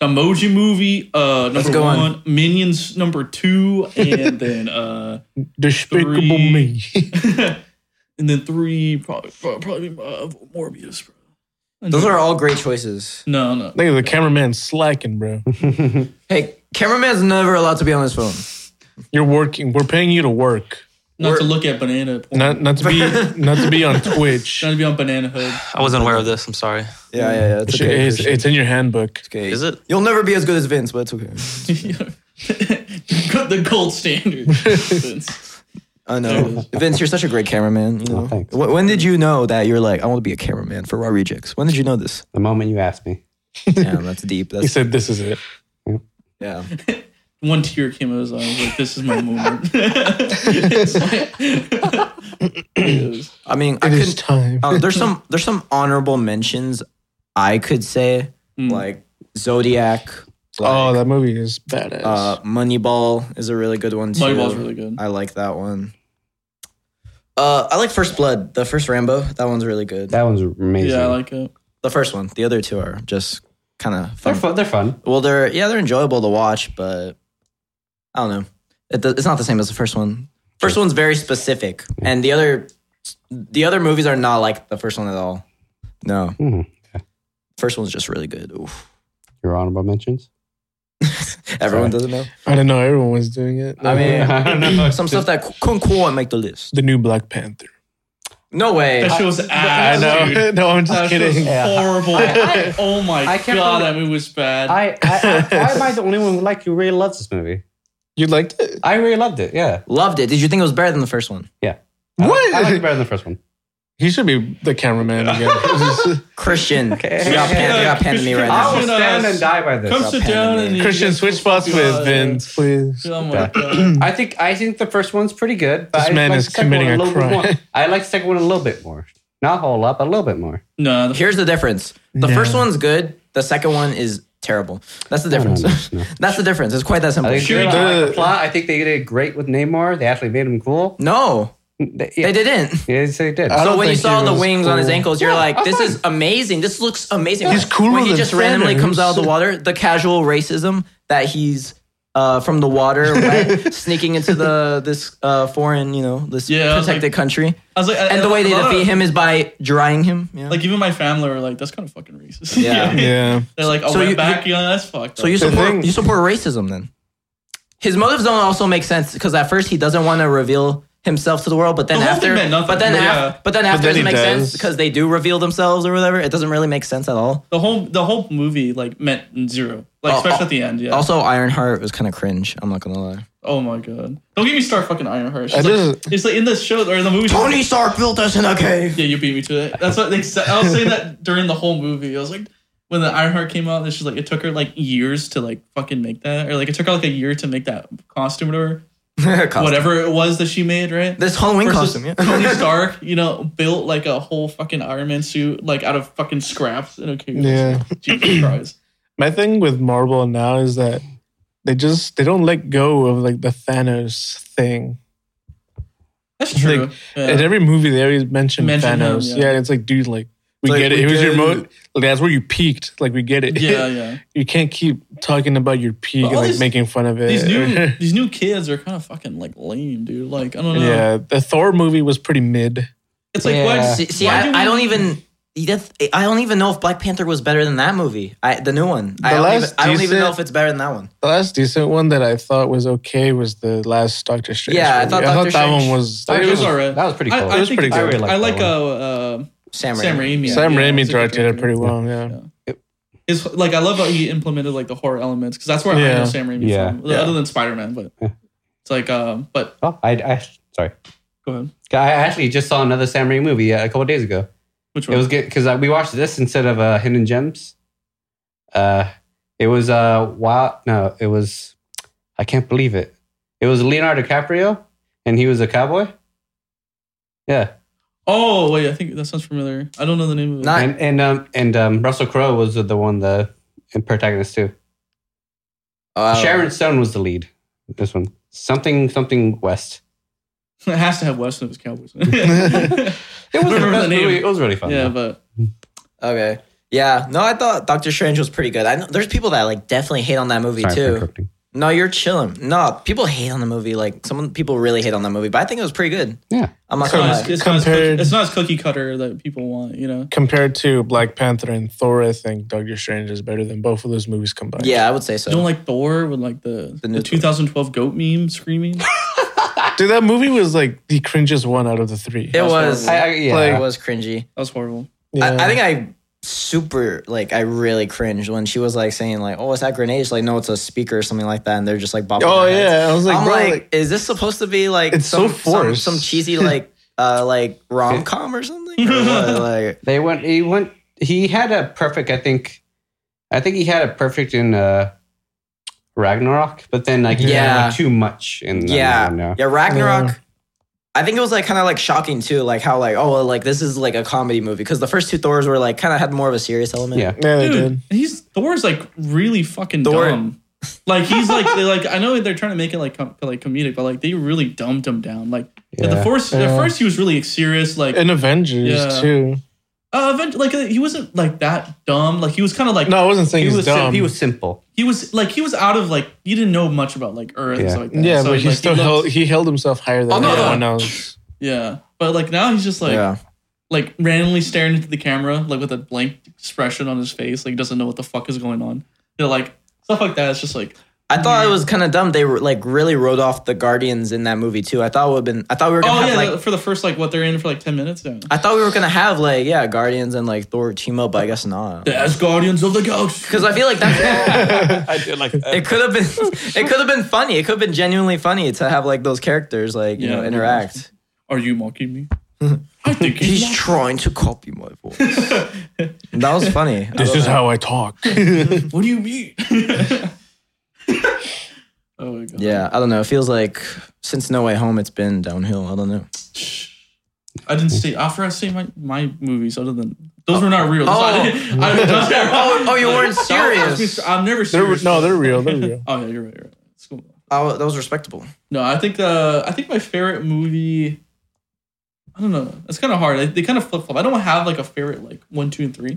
Emoji movie, uh, number Let's go one, on. Minions number two, and then uh, Despicable Three. Me. and then three, probably probably uh, Morbius. Bro. Those are all great choices. no, no. Look at the cameraman slacking, bro. Hey, cameraman's never allowed to be on his phone. You're working. We're paying you to work, Not to look at banana. Porn. not not to be not to be on Twitch. Not to be on banana hood. I wasn't aware of this. I'm sorry. Yeah, yeah, yeah. It's It's, okay. it's, it's in your handbook. okay. Is it? You'll never be as good as Vince, but it's okay. the gold standard. I know. Vince, you're such a great cameraman. You know? Oh, thanks. Wh- when did you know that you're like, I want to be a cameraman for Raw Rejects? When did you know this? The moment you asked me, Damn, that's deep. He That's said, "This is it." yeah. One tear came out of his eye. I was like, "This is my moment." It's like- I mean, I It is could. time. Uh, there's some there's some honorable mentions I could say Mm. like Zodiac, oh, like, that movie is badass. uh, Moneyball is a really good one too. Moneyball's really good. I like that one. Uh, I like First Blood, the first Rambo. That one's really good. that one's amazing. Yeah, I like it. the first one. The other two are just kind of they're fun. fun. They're fun. Well, they're yeah, they're enjoyable to watch, but I don't know. It, do- it's not the same as the first one. First one's very specific, and the other the other movies are not like the first one at all. No, Mm-hmm. Mhm. first one's just really good. Oof. Your honorable mentions. Everyone doesn't know. I don't know. Everyone was doing it. I mean, I don't know. some stuff that c- couldn't quite make the list. the new Black Panther. No way. That shit was I ass. dude. know. no, I'm That just shit was kidding. Yeah. horrible. I- oh my I can't god, believe- that movie was bad. I, I, I why am I the only one who like who really loves this movie? You liked it? I really loved it. Yeah, Loved it. Did you think it was better than the first one? I What? Like, I liked it better than the first one. He should be the cameraman again. Christian, Okay. you got pan, you got pan to me right I now. uh, will stand and die by Come this. sit down and Christian, switch spots with Vince, please. Oh my god. I think I think the first one's pretty good. But This I man like is the second committing one a little bit crime. more. I like the second one a little bit more. Not a whole lot, but a little bit more. No, the Here's the difference. The No. first one's good. The second one is terrible. That's the difference. no, no. That's the difference. It's quite that simple. I think Sure, I like the the- plot. I think they did great with Namor. They actually made him cool. No, They, they yeah, didn't. yes, they did. I So don't when you think he saw the was wings on his cool. ankles, you're like, "This is amazing. This looks amazing." He's cooler When he than just randomly Thanos. comes out of the water, the casual racism that he's uh, from the water, wet, sneaking into the this uh, foreign, you know, this Yeah, I was protected like- country, I was like, I- and the way they a lot of- defeat him is by drying him. Yeah. Like even my family were like, "That's kind of fucking racist." Yeah. Yeah. They're like, "Oh, So wet you- back, you know, that's fucked." so you The support thing- you support racism then? His motives don't also make sense because at first he doesn't want to reveal himself to the world, but then The whole after, thing meant nothing, but then but af- yeah. but then after then it he doesn't make does. sense because they do reveal themselves or whatever. It doesn't really make sense at all. the whole the whole movie like meant zero, like Oh, especially oh, at the end. Yeah. Also, Ironheart was kind of cringe. I'm not gonna lie. oh my god! Don't get me start fucking Ironheart. I She's like, just- it's like in the show or in the movie. she's like, Stark built us in a cave. Yeah, you beat me to it. That's what they said. I was saying that during the whole movie. I was like, when the Ironheart came out, it's just like it took her like years to like fucking make that, or like it took her like a year to make that costume or whatever, Oh. whatever it was that she made, right? This Halloween Versus costume. Yeah. Tony Stark, you know, built like a whole fucking Iron Man suit, like out of fucking scraps in a cave. Yeah. Jesus Christ. My thing with Marvel now is that they just they don't let go of like the Thanos thing. That's true. Like, Yeah. In every movie, they always mention, Mention him, Thanos. yeah. yeah. it's like, dude, like we like, get it. we it was your get mo. it. Like, that's where you peaked. Like we get it. yeah, yeah. you can't keep talking about your peak But and all like these- making fun of it. These new these new kids are kind of fucking like lame, dude. Like I don't know. yeah, the Thor movie was pretty mid. It's like Yeah. why See, see why I, do we- I don't even. that's- I don't even know if Black Panther was better than that movie. I, the new one. I The don't, even, last I don't even decent- know if it's better than that one. The last decent one that I thought was okay was the last Doctor Strange. Yeah, I movie. thought Doctor that Strange- one was. It was That alright. That was pretty I- cool. I, It was think pretty it's- good. I I really like liked uh, that Sam, Sam Raimi. Raimi. Sam Yeah, it's a Raimi good directed it director. pretty well. Yeah. Yeah. His like I love how he implemented like the horror elements because that's where I Yeah. know Sam Raimi Yeah. from. Yeah. Other than Spider Man, but Yeah. it's like um. But Oh, I, I sorry. go ahead. I actually just saw another Sam Raimi movie uh, a couple days ago. Which It one? was good because we watched this instead of uh, Hidden Gems. Uh, it was uh, wow. No, it was. I can't believe it. It was Leonardo DiCaprio, and he was a cowboy. Yeah, oh wait, I think that sounds familiar. I don't know the name of it. Not- and and um, and um, Russell Crowe was the one the protagonist too. Uh, Sharon Stone was the lead. This one, something something West. it has to have Weston as Cowboys. It was the Remember best the name. movie. It was really fun. yeah, though. but Okay. Yeah. No, I thought Doctor Strange was pretty good. I know there's people that like definitely hate on that movie Sorry for too. interrupting. No, you're chilling. No, people hate on the movie. Like some people really hate on that movie, but I think it was pretty good. Yeah. I'm not it's not, as, gonna lie. it's, not as Compared- cookie, it's not as cookie cutter that people want. You know, Compared to Black Panther and Thor, I think Doctor Strange is better than both of those movies combined. Yeah, I would say don't so. like Thor with like the the, new Thor. 2012 goat meme screaming. Dude, that movie was like the cringiest one out of the three. It was. I, I, yeah. It Like- was cringy. That was horrible. I, I think I super like I really cringed when she was like saying like, "Oh, it's that grenade?" She's like, "No, it's a speaker or something like that," and they're just like bopping. Oh their heads. yeah, I was like, I'm bro, like, like- is this supposed to be like It's so some, some forced. some cheesy like uh like rom com or something? Or what? Like They went. He went. He had a perfect. I think. I think he had a perfect in uh, Ragnarok, but then like he had Yeah. like, too much in the yeah, yeah, Ragnarok. Yeah. I think it was like kind of like shocking too, like how like oh well, like this is like a comedy movie because the first two Thors were like kind of had more of a serious element. Yeah. yeah, they Dude, did. he's Thor's like really fucking Thor- dumb. Like he's like they like I know they're trying to make it like com- like comedic, but like they really dumbed him down. Like at the Yeah. first, at Yeah. first he was really like serious. Like And Avengers Yeah. too. uh, event- like uh, he wasn't like that dumb. Like he was kind of like No, I wasn't saying He he's was. sim- dumb. he was simple. he was like he was out of like he didn't know much about like Earth. And Yeah. stuff like that. yeah, so, but like, he still looked- held, he held himself higher than Oh, no, no. everyone else. yeah, but like now he's just like Yeah. like randomly staring into the camera like with a blank expression on his face. Like he doesn't know what the fuck is going on. You know, like stuff like that. It's just like I thought it was kind of dumb. They were like really wrote off the Guardians in that movie too. I thought would have been. I thought we were gonna oh have yeah, like. the- for the first like what they're in for like ten minutes. Yeah. I thought we were gonna have like yeah, Guardians and like Thor team up, but I guess not. The Asgardians of the Galaxy. Because I feel like that's I did like uh, that. it could have been it could have been funny. It could have been genuinely funny to have like those characters like you Yeah, know interact. Are you mocking me? I think he's. He's trying to copy my voice. that was funny. I This love is that. how I talk. what do you mean? oh my god. Yeah, I don't know. It feels like since No Way Home, it's been downhill. I don't know. I Hmm. didn't see. After I see my my movies, other than those were not real. Oh, I didn't, I, Oh, oh, you weren't serious. I'm never they're, serious. no, they're real. They're real. Oh yeah, you're right. You're right. It's cool. Oh, that was respectable. No, I think uh, I think my favorite movie. I don't know. It's kind of hard. They, they kind of flip flop. I don't have like a favorite like one, two, and three,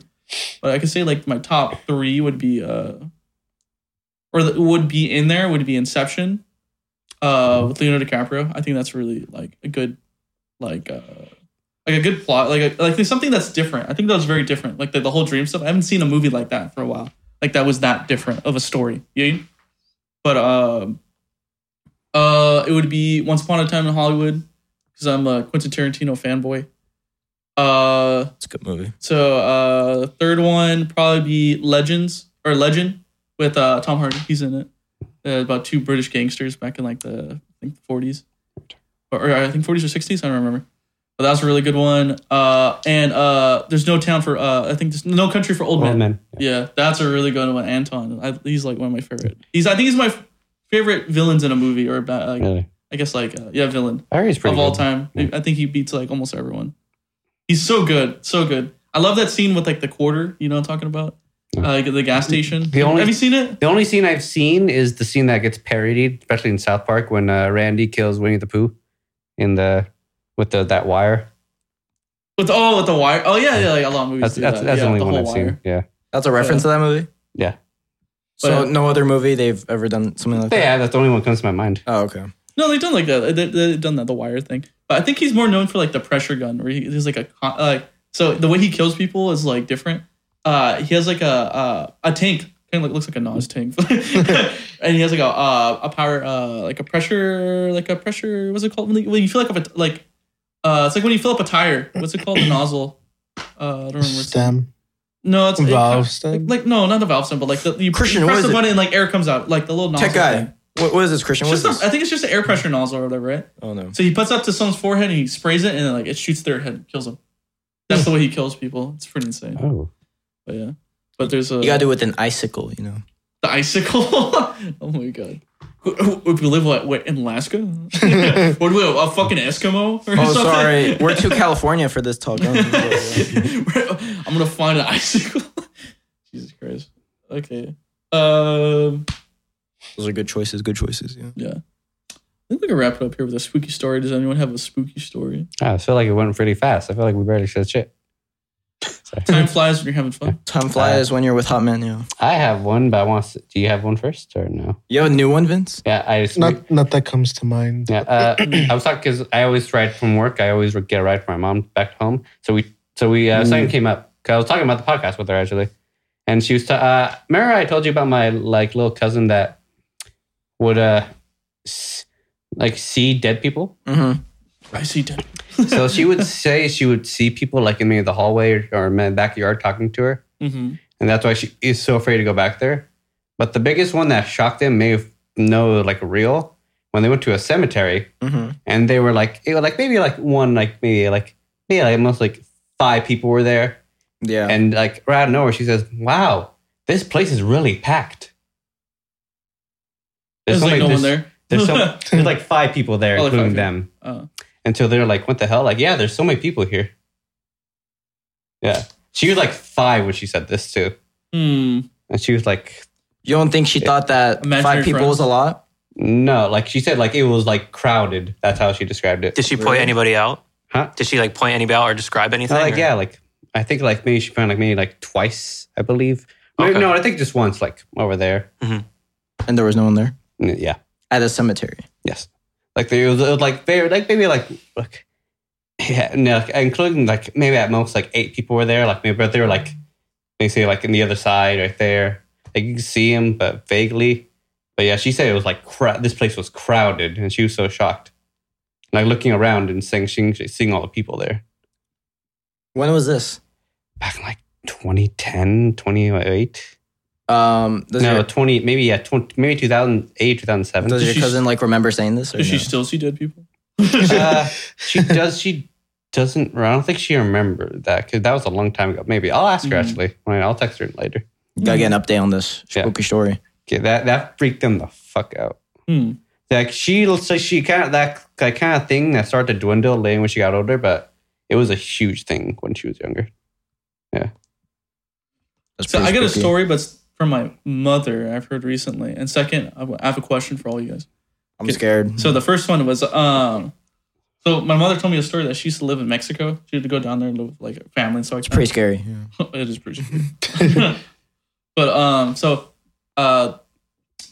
but I could say like my top three would be uh, or that would be in there would be Inception, uh, with Leonardo DiCaprio. I think that's really like a good, like uh, like a good plot. Like a, like there's something that's different. I think that was very different. Like the, the whole dream stuff. I haven't seen a movie like that for a while. Like that was that different of a story. Yeah. But um, uh, it would be Once Upon a Time in Hollywood because I'm a Quentin Tarantino fanboy. Uh, It's a good movie. so uh, third one probably be Legends or Legend with uh, Tom Hardy. He's in it. Uh, about two British gangsters back in like the I think 40s or, or I think 40s or 60s. I don't remember. But that was a really good one. Uh, and uh, there's no town for uh, I think there's no country for old men. Man. Yeah, that's a really good one, Anton. I, he's like one of my favorite. He's I think he's my f- favorite villains in a movie or uh, ba- like, Really. I guess like uh, yeah, villain Ari's pretty of all good. Hmm. time. Yeah. I think he beats like almost everyone. He's so good, so good. I love that scene with like the quarter. You know what I'm talking about? Yeah. Uh, like, the gas station. The only- Have you seen it? The only scene I've seen is the scene that gets parodied, especially in South Park, when uh, Randy kills Winnie the Pooh in the with the that wire. With oh, with the wire. Oh yeah, yeah. Like a lot of movies. That's do that's, that. that's yeah, the only the one whole I've wire. seen. Yeah. That's a reference to that movie. Yeah. So But- uh, no other movie they've ever done something like But that. yeah, that's the only one that comes to my mind. Oh, okay. No, they've done like that. They, they've done that the wire thing. But I think he's more known for like the pressure gun, where he, he's like a con- like. So the way he kills people is like different. Uh, he has like a uh, a tank, kind of like looks like a Nas tank, and he has like a uh, a power uh, like a pressure like a pressure. What's it called? When when you feel like a like uh, it's like when you fill up a tire. What's it called? The nozzle. Uh, I don't remember. It's- Stem. No, it's Valve Like, stem? like, no, not the valve stem, but like the you, Christian, you what press is the it? button and like air comes out, like the little nozzle. Tech guy. thing. What, what is this, Christian? It's What is Just this? a, I think it's just an air pressure nozzle or whatever, right? oh no. So he puts up to someone's forehead and he sprays it and then like it shoots their head, and kills them. That's the way he kills people. It's pretty insane. Oh, But yeah, but there's a You gotta do it with an icicle, you know. the icicle. oh my god. Who- who- Would we live what, what in Alaska? what do we have, a fucking Eskimo or Oh, something? sorry. We're too California for this talk. I'm gonna find an icicle. Jesus Christ. Okay. Um, Those are good choices. Good choices. Yeah. yeah. I think we can wrap it up here with a spooky story. Does anyone have a spooky story? I feel like it went pretty fast. I feel like we barely said shit. Time flies when you're having fun. Time flies when you're with hot men. Yeah. I have one, but I want. To, do you have one first or no? You have a new one, Vince. Yeah, I just. Not, not that comes to mind. Yeah, uh, I was talking because I always ride from work. I always get a ride from my mom back home. So we, so we, uh, something came up 'Cause I was talking about the podcast with her actually, and she was. Ta- uh, remember, I told you about my like little cousin that would uh, s- like see dead people. Mm-hmm. I see dead. so she would say she would see people like in the the hallway or, or in the backyard talking to her, Mm-hmm. and that's why she is so afraid to go back there. But the biggest one that shocked them may have no like real when they went to a cemetery Mm-hmm. and they were like it was like maybe like one like maybe like maybe like almost like five people were there Yeah. and like right out of nowhere she says wow this place is really packed There's like no one there's, there. there's, so, there's like five people there Oh, like five including people. them Uh, and so they're like what the hell like yeah there's so many people here yeah she was like five when she said this too hmm. and she was like You don't think she thought that Imaginary five people friends. was a lot? no like she said like it was like crowded that's how she described it Did she point anybody out? Huh? Did she like point anybody out or describe anything? No, like or- yeah, like I think like maybe she found like maybe like twice, I believe. No, Okay. No, I think just once, like over there. And there was no one there N- Yeah, at a cemetery. yes. Like there was, it was like very like maybe like like yeah, no, like, including like maybe at most like eight people were there. Like maybe but they were like they say like in the other side right there. Like you can see them, but vaguely. But yeah, she said it was like cra- this place was crowded, and she was so shocked. Like looking around and seeing seeing all the people there. When was this? Back in like 2010, 2008. Um, does, no, your, 20, maybe, yeah, 20, maybe 2008, 2007. does your she- cousin like remember saying this? Or Does she no? still see dead people? uh, she does, she doesn't, I don't think she remembered that because that was a long time ago. Maybe I'll ask her Mm-hmm. Mhm. actually. All right, I'll text her later. Gotta get an update on this Yeah. spooky story. Okay, that, that freaked them the fuck out. Hmm. Like she, so she kind of, that, that kind of thing that started to dwindle later when she got older, but it was a huge thing when she was younger. That's So pretty I got a spooky. story, but it's from my mother I've heard recently. And second, I w- I have a question for all you guys. I'm scared. So the first one was um, so my mother told me a story that she used to live in Mexico. She had to go down there and live with like her family and stuff. Like it's pretty scary. Yeah. it is pretty scary. but um, so uh,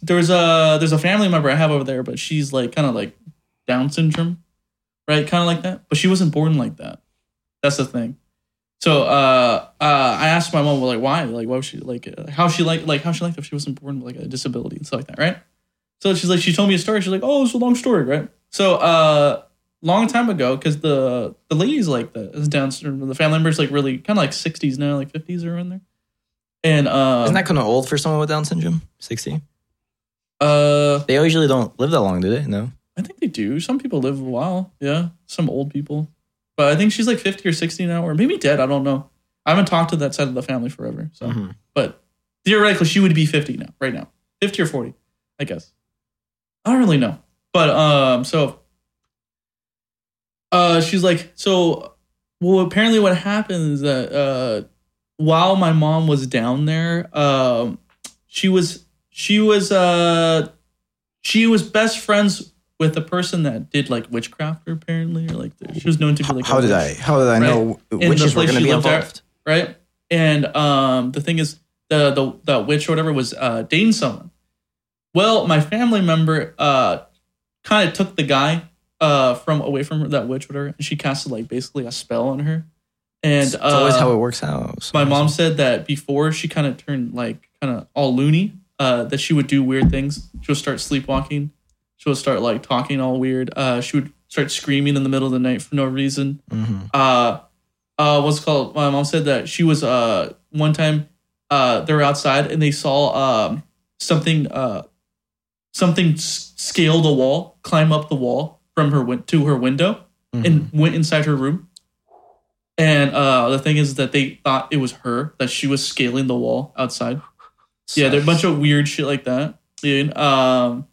there's a there's a family member I have over there, but she's like kind of like Down syndrome, right? Kind of like that. But she wasn't born like that. That's the thing. So uh, uh, I asked my mom, well, like, why? Like, why was she like? Uh, how she like? Like, how she liked if she wasn't born with like a disability and stuff like that, right? So she's like, she told me a story. She's like, oh, it's a long story, right? So uh, long time ago, because the the lady's like that is Down syndrome. The family member's like really kind of like 60s now, like 50s or around there. And uh, Isn't that kind of old for someone with Down syndrome? 60? uh, They usually don't live that long, do they? No. I think they do. Some people live a while. Yeah. Some old people. But I think she's like 50 or 60 now, or maybe dead. I don't know. I haven't talked to that side of the family forever. So, Mhm. but theoretically, she would be 50 now, right now. 50 or 40, I guess. I don't really know. But, um, so, uh, she's like, so, well, apparently what happened is that, uh, while my mom was down there, um, she was, she was, uh, she was best friends with a person that did like witchcraft apparently or like she was known to be like how a did witch, I? How did I know In the witches were place going to she be lived at- involved? right and um the thing is the the, the witch or whatever was uh dating someone well my family member uh kind of took the guy uh from away from her, that witch whatever and she casted like basically a spell on her and It's always uh, how it works out. my mom said that before she kind of turned like kind of all loony, uh, that she would do weird things. She would start sleepwalking. She would start like talking all weird. Uh, she would start screaming in the middle of the night for no reason. Mhm. Uh, uh, what's it called? My mom said that she was uh one time uh they were outside and they saw um something uh something s- scale the wall, climb up the wall from her win- to her window, and went inside her room. And uh, the thing is that they thought it was her that she was scaling the wall outside. Yeah, there's a bunch of weird shit like that. Dude, um,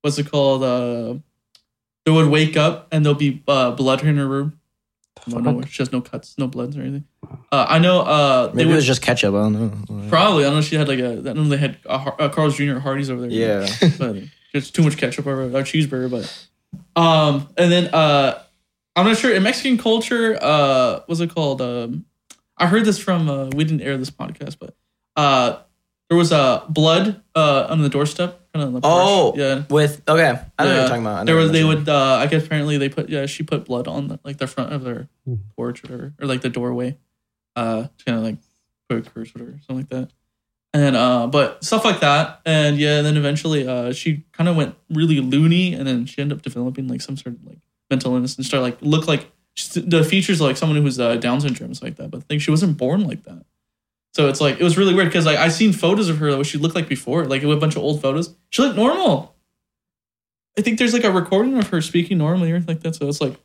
what's it called? Uh, they would wake up and there'll be uh, blood in her room. No, no, she has no cuts, no bloods or anything. Uh, I know. Uh, they Maybe it would was just ketchup. I don't know. probably. I don't know. if She had like a. I don't know. They had a, Har- a Carl's Jr. or Hardee's over there. Yeah. but it's too much ketchup or a cheeseburger. But um, and then uh, I'm not sure in Mexican culture, uh, what's it called? Um, I heard this from uh, we didn't air this podcast, but uh, there was uh blood uh on the doorstep, kind of on the porch. Oh, yeah. With okay, I know what Yeah. you're talking about. I know There what was they you're would uh, I guess apparently they put yeah she put blood on the, like the front of their porch or or like the doorway, uh kind of like put a curse or something like that, and uh but stuff like that and yeah and then eventually uh she kind of went really loony and then she ended up developing like some sort of like mental illness and started like look like she's- the features like someone who's uh, Down syndrome and stuff like that but I think she wasn't born like that. So it's like it was really weird because like I seen photos of her that what she looked like before, like it was a bunch of old photos. She looked normal. I think there's like a recording of her speaking normally or anything like that. So it's like,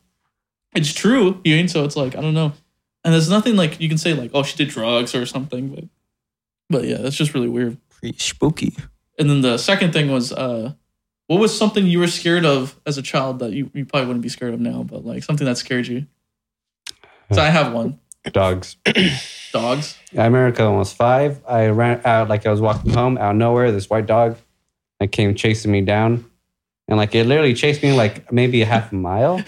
it's true, you mean? So it's like, I don't know. And there's nothing like you can say like, oh, she did drugs or something. But, but yeah, that's just really weird. Pretty spooky. And then the second thing was, uh, what was something you were scared of as a child that you, you probably wouldn't be scared of now, but like something that scared you? So I have one. Dogs. Dogs. I remember when I was five, I ran out like I was walking home out of nowhere. This white dog that came chasing me down, and like it literally chased me like maybe a half a mile, and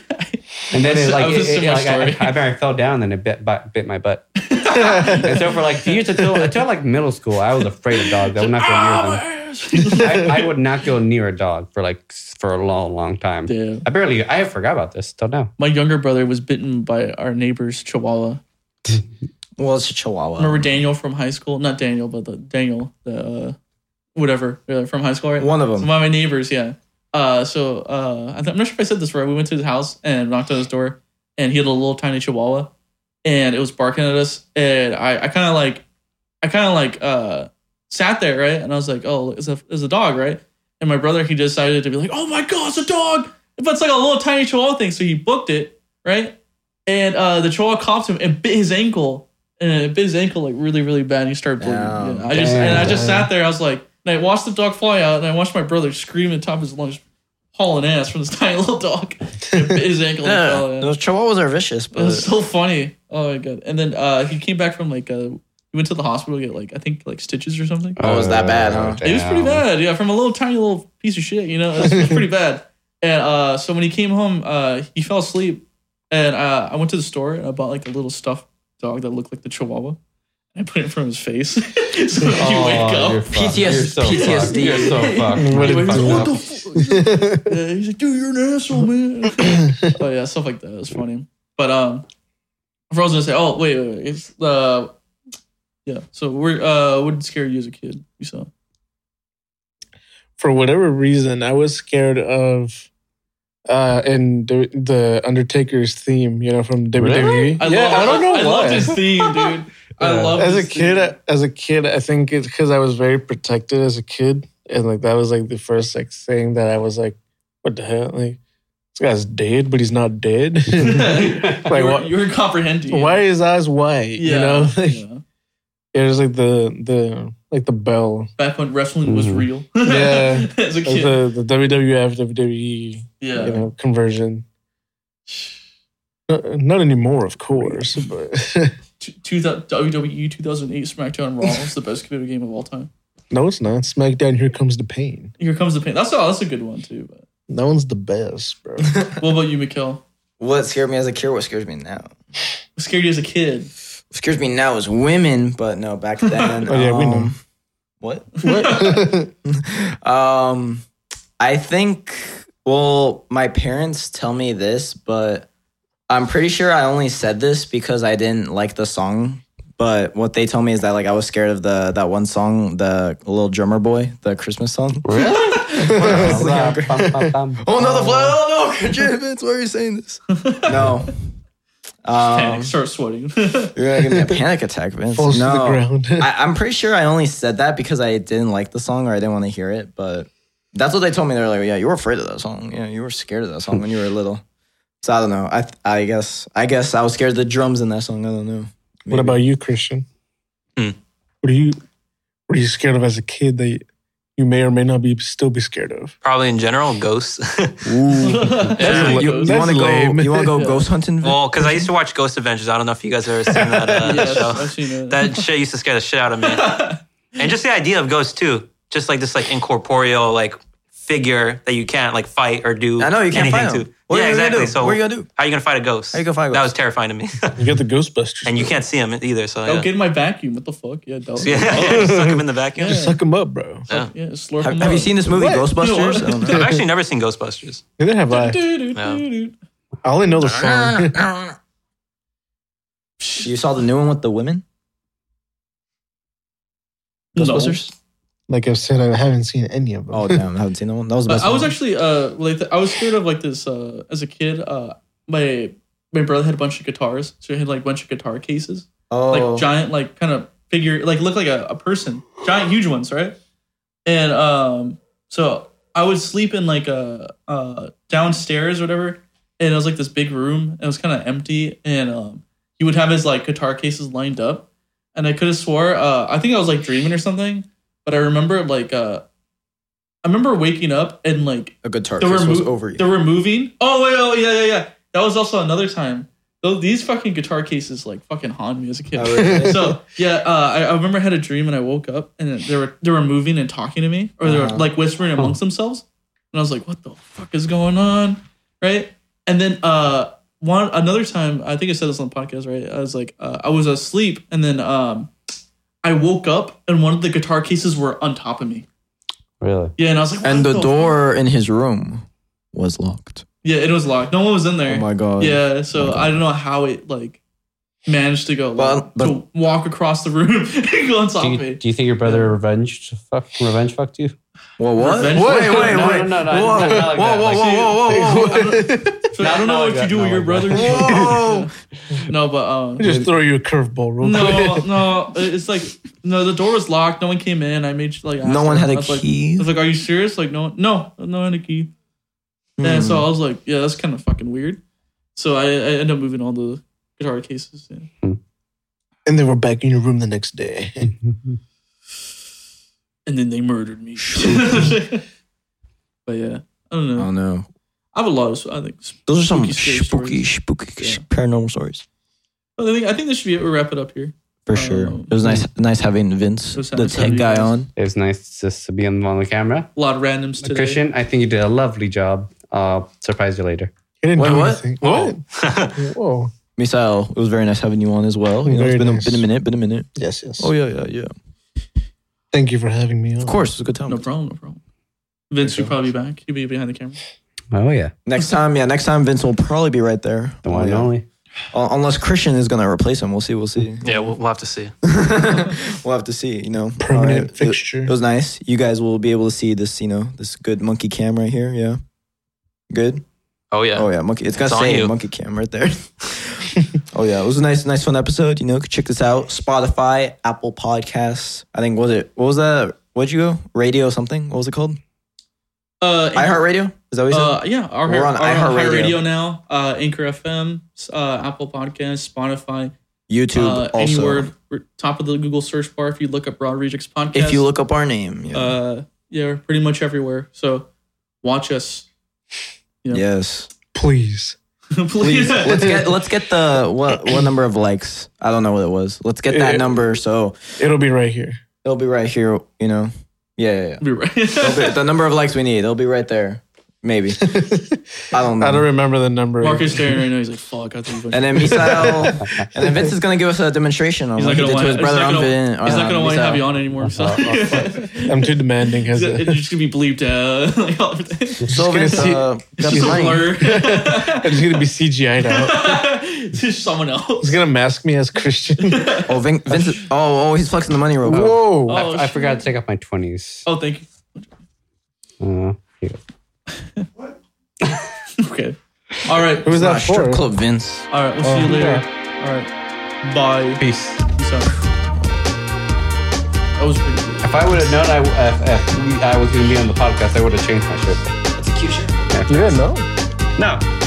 then That's- it that like, was it, a similar it- like, I, I, story. remember I fell down, and it bit, bit, bit my butt. and so for like years until until like middle school, I was afraid of dogs. I would not go near them. I, I would not go near a dog for like s- for a long, long time. Yeah. I barely I forgot about this till now. My younger brother was bitten by our neighbor's chihuahua. Well, it's a chihuahua. Remember Daniel from high school? Not Daniel, but the Daniel, the uh, whatever uh, from high school, right? One of So them. my, my neighbors, yeah. Uh, so uh, I'm not sure if I said this right. We went to his house and knocked on his door, and he had a little tiny Chihuahua, and it was barking at us. And I, I kind of like, I kind of like uh, sat there, right? And I was like, oh, it's a, it's a dog, right? And my brother, he decided to be like, oh my god, it's a dog! But it's like a little tiny Chihuahua thing. So he booked it, right? And uh, the Chihuahua copped him and bit his ankle, and it bit his ankle like really, really bad. And he started bleeding. Damn. Yeah, I just and I just sat there. I was like, and I watched the dog fly out, and I watched my brother scream at the top of his lungs, hauling ass from this tiny little dog. It bit his ankle. and Yeah, fell, yeah. those chihuahuas are vicious, It was but so funny. Oh my god! And then uh, he came back from like uh, he went to the hospital to get like I think like stitches or something. Oh, it was that bad, huh? Uh, It was pretty damn. bad. Yeah, from a little tiny little piece of shit, you know, it was, it was pretty bad. And uh, so when he came home, uh, he fell asleep, and uh, I went to the store and I bought like a little stuffed dog that looked like the Chihuahua. And I put it in front of his face, so when Oh, you you're wake up. fucked. PTS You're so PTSD. Fucked. You're so fucked. What You're the fucked What up. the fuck? Yeah, he's like, dude, you're an asshole, man. oh yeah, stuff like that. It was funny. But um, I was gonna say, oh wait, wait, wait. it's uh, yeah. So we're uh, what did scare you as a kid? You saw? for whatever reason, I was scared of uh and the, the Undertaker's theme, you know, from WWE. I yeah, love, I don't know I why. love his theme, dude. I Yeah. love as a his kid, theme. I, as a kid, I think it's because I was very protected as a kid, and like that was like the first like thing that I was like, what the hell? Like this guy's dead, but he's not dead. like you, were, what? you were comprehending. it. Why is eyes white? Yeah, You know, like, yeah. it was like the the like the bell, Back when wrestling was Mhm. real. Mm. Yeah. as a like kid. the the WWF WWE yeah. E, you know conversion. Not, not anymore, of course, but Two, two, thou- WWE 2008 SmackDown Raw is the best computer game of all time. no, it's not. SmackDown, here comes the pain. Here comes the pain. That's oh, that's a good one too. But That one's the best, bro. what about you, Mikkel? what scared me as a kid, what scares me now? What scared you as a kid? What scares me now is women, but no, back then. Oh, yeah, we know. um, What? What? Um, I think. Well, my parents tell me this, but I'm pretty sure I only said this because I didn't like the song. But what they told me is that like I was scared of the that one song, the Little Drummer Boy, the Christmas song. Bum, bum, bum. Oh no, the flag! Oh no, Jim, it's why are you saying this? no, Um, Panic, start sweating. you're gonna give me a panic attack, Vince. Falls no, to the ground. I, I'm pretty sure I only said that because I didn't like the song or I didn't want to hear it. But that's what they told me. They're like, "Yeah, you were afraid of that song. Yeah, you were scared of that song when you were little." So I don't know. I th- I guess I guess I was scared of the drums in that song. I don't know. what about you, Christian? Hmm. What are you what are you scared of as a kid that you, you may or may not be still be scared of? Probably in general, ghosts. yeah, You, That's want to lame. go? You want to go Yeah. ghost hunting? Vin? well, because I used to watch Ghost Adventures. I don't know if you guys ever seen that uh, yes, show. I've seen it. That shit used to scare the shit out of me. and just the idea of ghosts too, just like this like incorporeal like figure that you can't like fight or do. I know you can't anything fight to. them. What yeah, are you exactly. Gonna do? So what are you gonna do? how you gonna fight a ghost? How you gonna fight a That ghost? was terrifying to me. You got the Ghostbusters. and you can't see him either. So Don't yeah. get in my vacuum. What the fuck? Yeah, don't. yeah, Oh, yeah, just suck him in the vacuum. Yeah. Suck them up, bro. Yeah. Yeah, slurp Have, them have you up. seen this movie What? Ghostbusters? No. I don't know. I've actually never seen Ghostbusters. Neither have I. Du-du-du-du-du. I only know the song. You saw the new one with the women? No. Ghostbusters? like I've said, I haven't seen any of them. Oh damn, I haven't seen that one. That was the best. I, I was one. actually uh like th- I was scared of like this uh as a kid uh my my brother had a bunch of guitars so he had like a bunch of guitar cases oh like giant like kind of figure like looked like a, a person giant huge ones right and um so I would sleep in like a uh downstairs or whatever and it was like this big room and it was kind of empty and um he would have his like guitar cases lined up and I could have swore uh I think I was like dreaming or something but I remember like uh I remember waking up and like a guitar they were, case was mo- over you. they were moving. Oh wait, oh yeah, yeah, yeah. That was also another time. Though these fucking guitar cases like fucking haunt me as a kid. Oh, really? so yeah, uh, I, I remember I had a dream and I woke up and they were they were moving and talking to me or they were Uh-huh. like whispering amongst themselves and I was like, what the fuck is going on, right? And then uh one another time I think I said this on the podcast right. I was like uh, I was asleep and then um I woke up and one of the guitar cases were on top of me. Really? Yeah, and I was like, and what the fuck? door in his room was locked. Yeah, it was locked. No one was in there. Oh my god. Yeah, so I don't know how it like managed to go Well, like, to walk across the room and go on top Do of you, me. do you think your brother revenge fuck revenge fucked you? Well, what? Revenge- Wait, No, wait, no, wait. no, no, no, whoa, not like that. whoa, whoa, Like, whoa, whoa, whoa, whoa. So I don't Not know what like you that, do not with your like brother. Whoa. no, but um, just throw you a curveball real no, quick. no, it's like no, the door was locked. No one came in. I made like asked No one them. had I a was like- key? I was like, "Are you serious?" Like, no, no, no one had a key. And Hmm. so I was like, "Yeah, that's kind of fucking weird." So I, I ended up moving all the guitar cases. Yeah. And they were back in your room the next day. and then they murdered me. but yeah, I don't know. Oh no. I have a lot of I think. Those are some scary spooky, spooky, stories. Yeah. paranormal stories. But I think I think this should be it. We'll wrap it up here. For sure. Um, It was nice nice having Vince, It was the nice tech having guy you guys. on. It was nice just to be on, on the camera. A lot of randoms today. Christian, I think you did a lovely job. I'll surprise you later. You didn't Wait, do what? anything. What? Whoa. Misael, it was very nice having you on as well. You know, Very it's been, nice. a, been a minute, been a minute. Yes, yes. Oh yeah, yeah, yeah. Thank you for having me on. Of course, it was a good time. No problem. No problem. Vince, you'll probably be back. You'll be behind the camera. Oh yeah. Next time, yeah, next time Vince will probably be right there. The one and Oh, Yeah. only. Un- Unless Christian is gonna replace him, we'll see. We'll see. Yeah, we'll, we'll have to see. We'll have to see. You know, Permanent It- fixture. It, was nice. You guys will be able to see this. You know, this good monkey cam right here. Yeah, good. Oh yeah. Oh yeah, monkey. It's It's gonna on say you. monkey cam right there. oh yeah, it was a nice, nice, fun episode. You know, check this out: Spotify, Apple Podcasts. I think was it? What was that? What'd you go? Radio something? What was it called? Uh, iHeartRadio. Is that what you said? Uh, yeah, our, We're on our- our iHeartRadio. Radio now. Uh, Anchor FM, uh, Apple Podcasts, Spotify, YouTube. uh, any also, word we're top of the Google search bar. If you look up Broad Rejects Podcast, if you look up our name, yeah. uh, yeah, we're pretty much everywhere. So watch us, yeah. yes. Please. please. Please let's get let's get the what what number of likes? I don't know what it was. Let's get that Yeah. number so It'll be right here. it'll be right here. You know, yeah, yeah. yeah. Be right. It'll be- the number of likes we need, it'll be right there. Maybe I don't know. I don't remember the number. Mark is staring right now. He's like, "Fuck, I think." and then Misael, and then Vince is gonna give us a demonstration on he's what not he gonna did want. to his He's not brother. on Vin- gonna, he's not on gonna want to Misael. have you on anymore. So. I'm too demanding. Has it? It's just gonna be bleeped out. like, all everything. It's So gonna Vince, see- uh, gotta be just a lying. blur. I'm just gonna be CGI'd out. It's just someone else. He's gonna mask me as Christian. Oh, Vin- Vince! is- Oh, oh, he's flexing the money real quick. Whoa! Oh, I, I shit. forgot to take off my twenties. Oh, thank you. Uh, here. What? Okay. All right. Who was Not that for? strip club Vince. All right. We'll see you Oh, later. All right. Bye. Peace. Peace out. That was pretty good. If I would have known I, if, if we, I was going to be on the podcast, I would have changed my shit. You didn't know? No.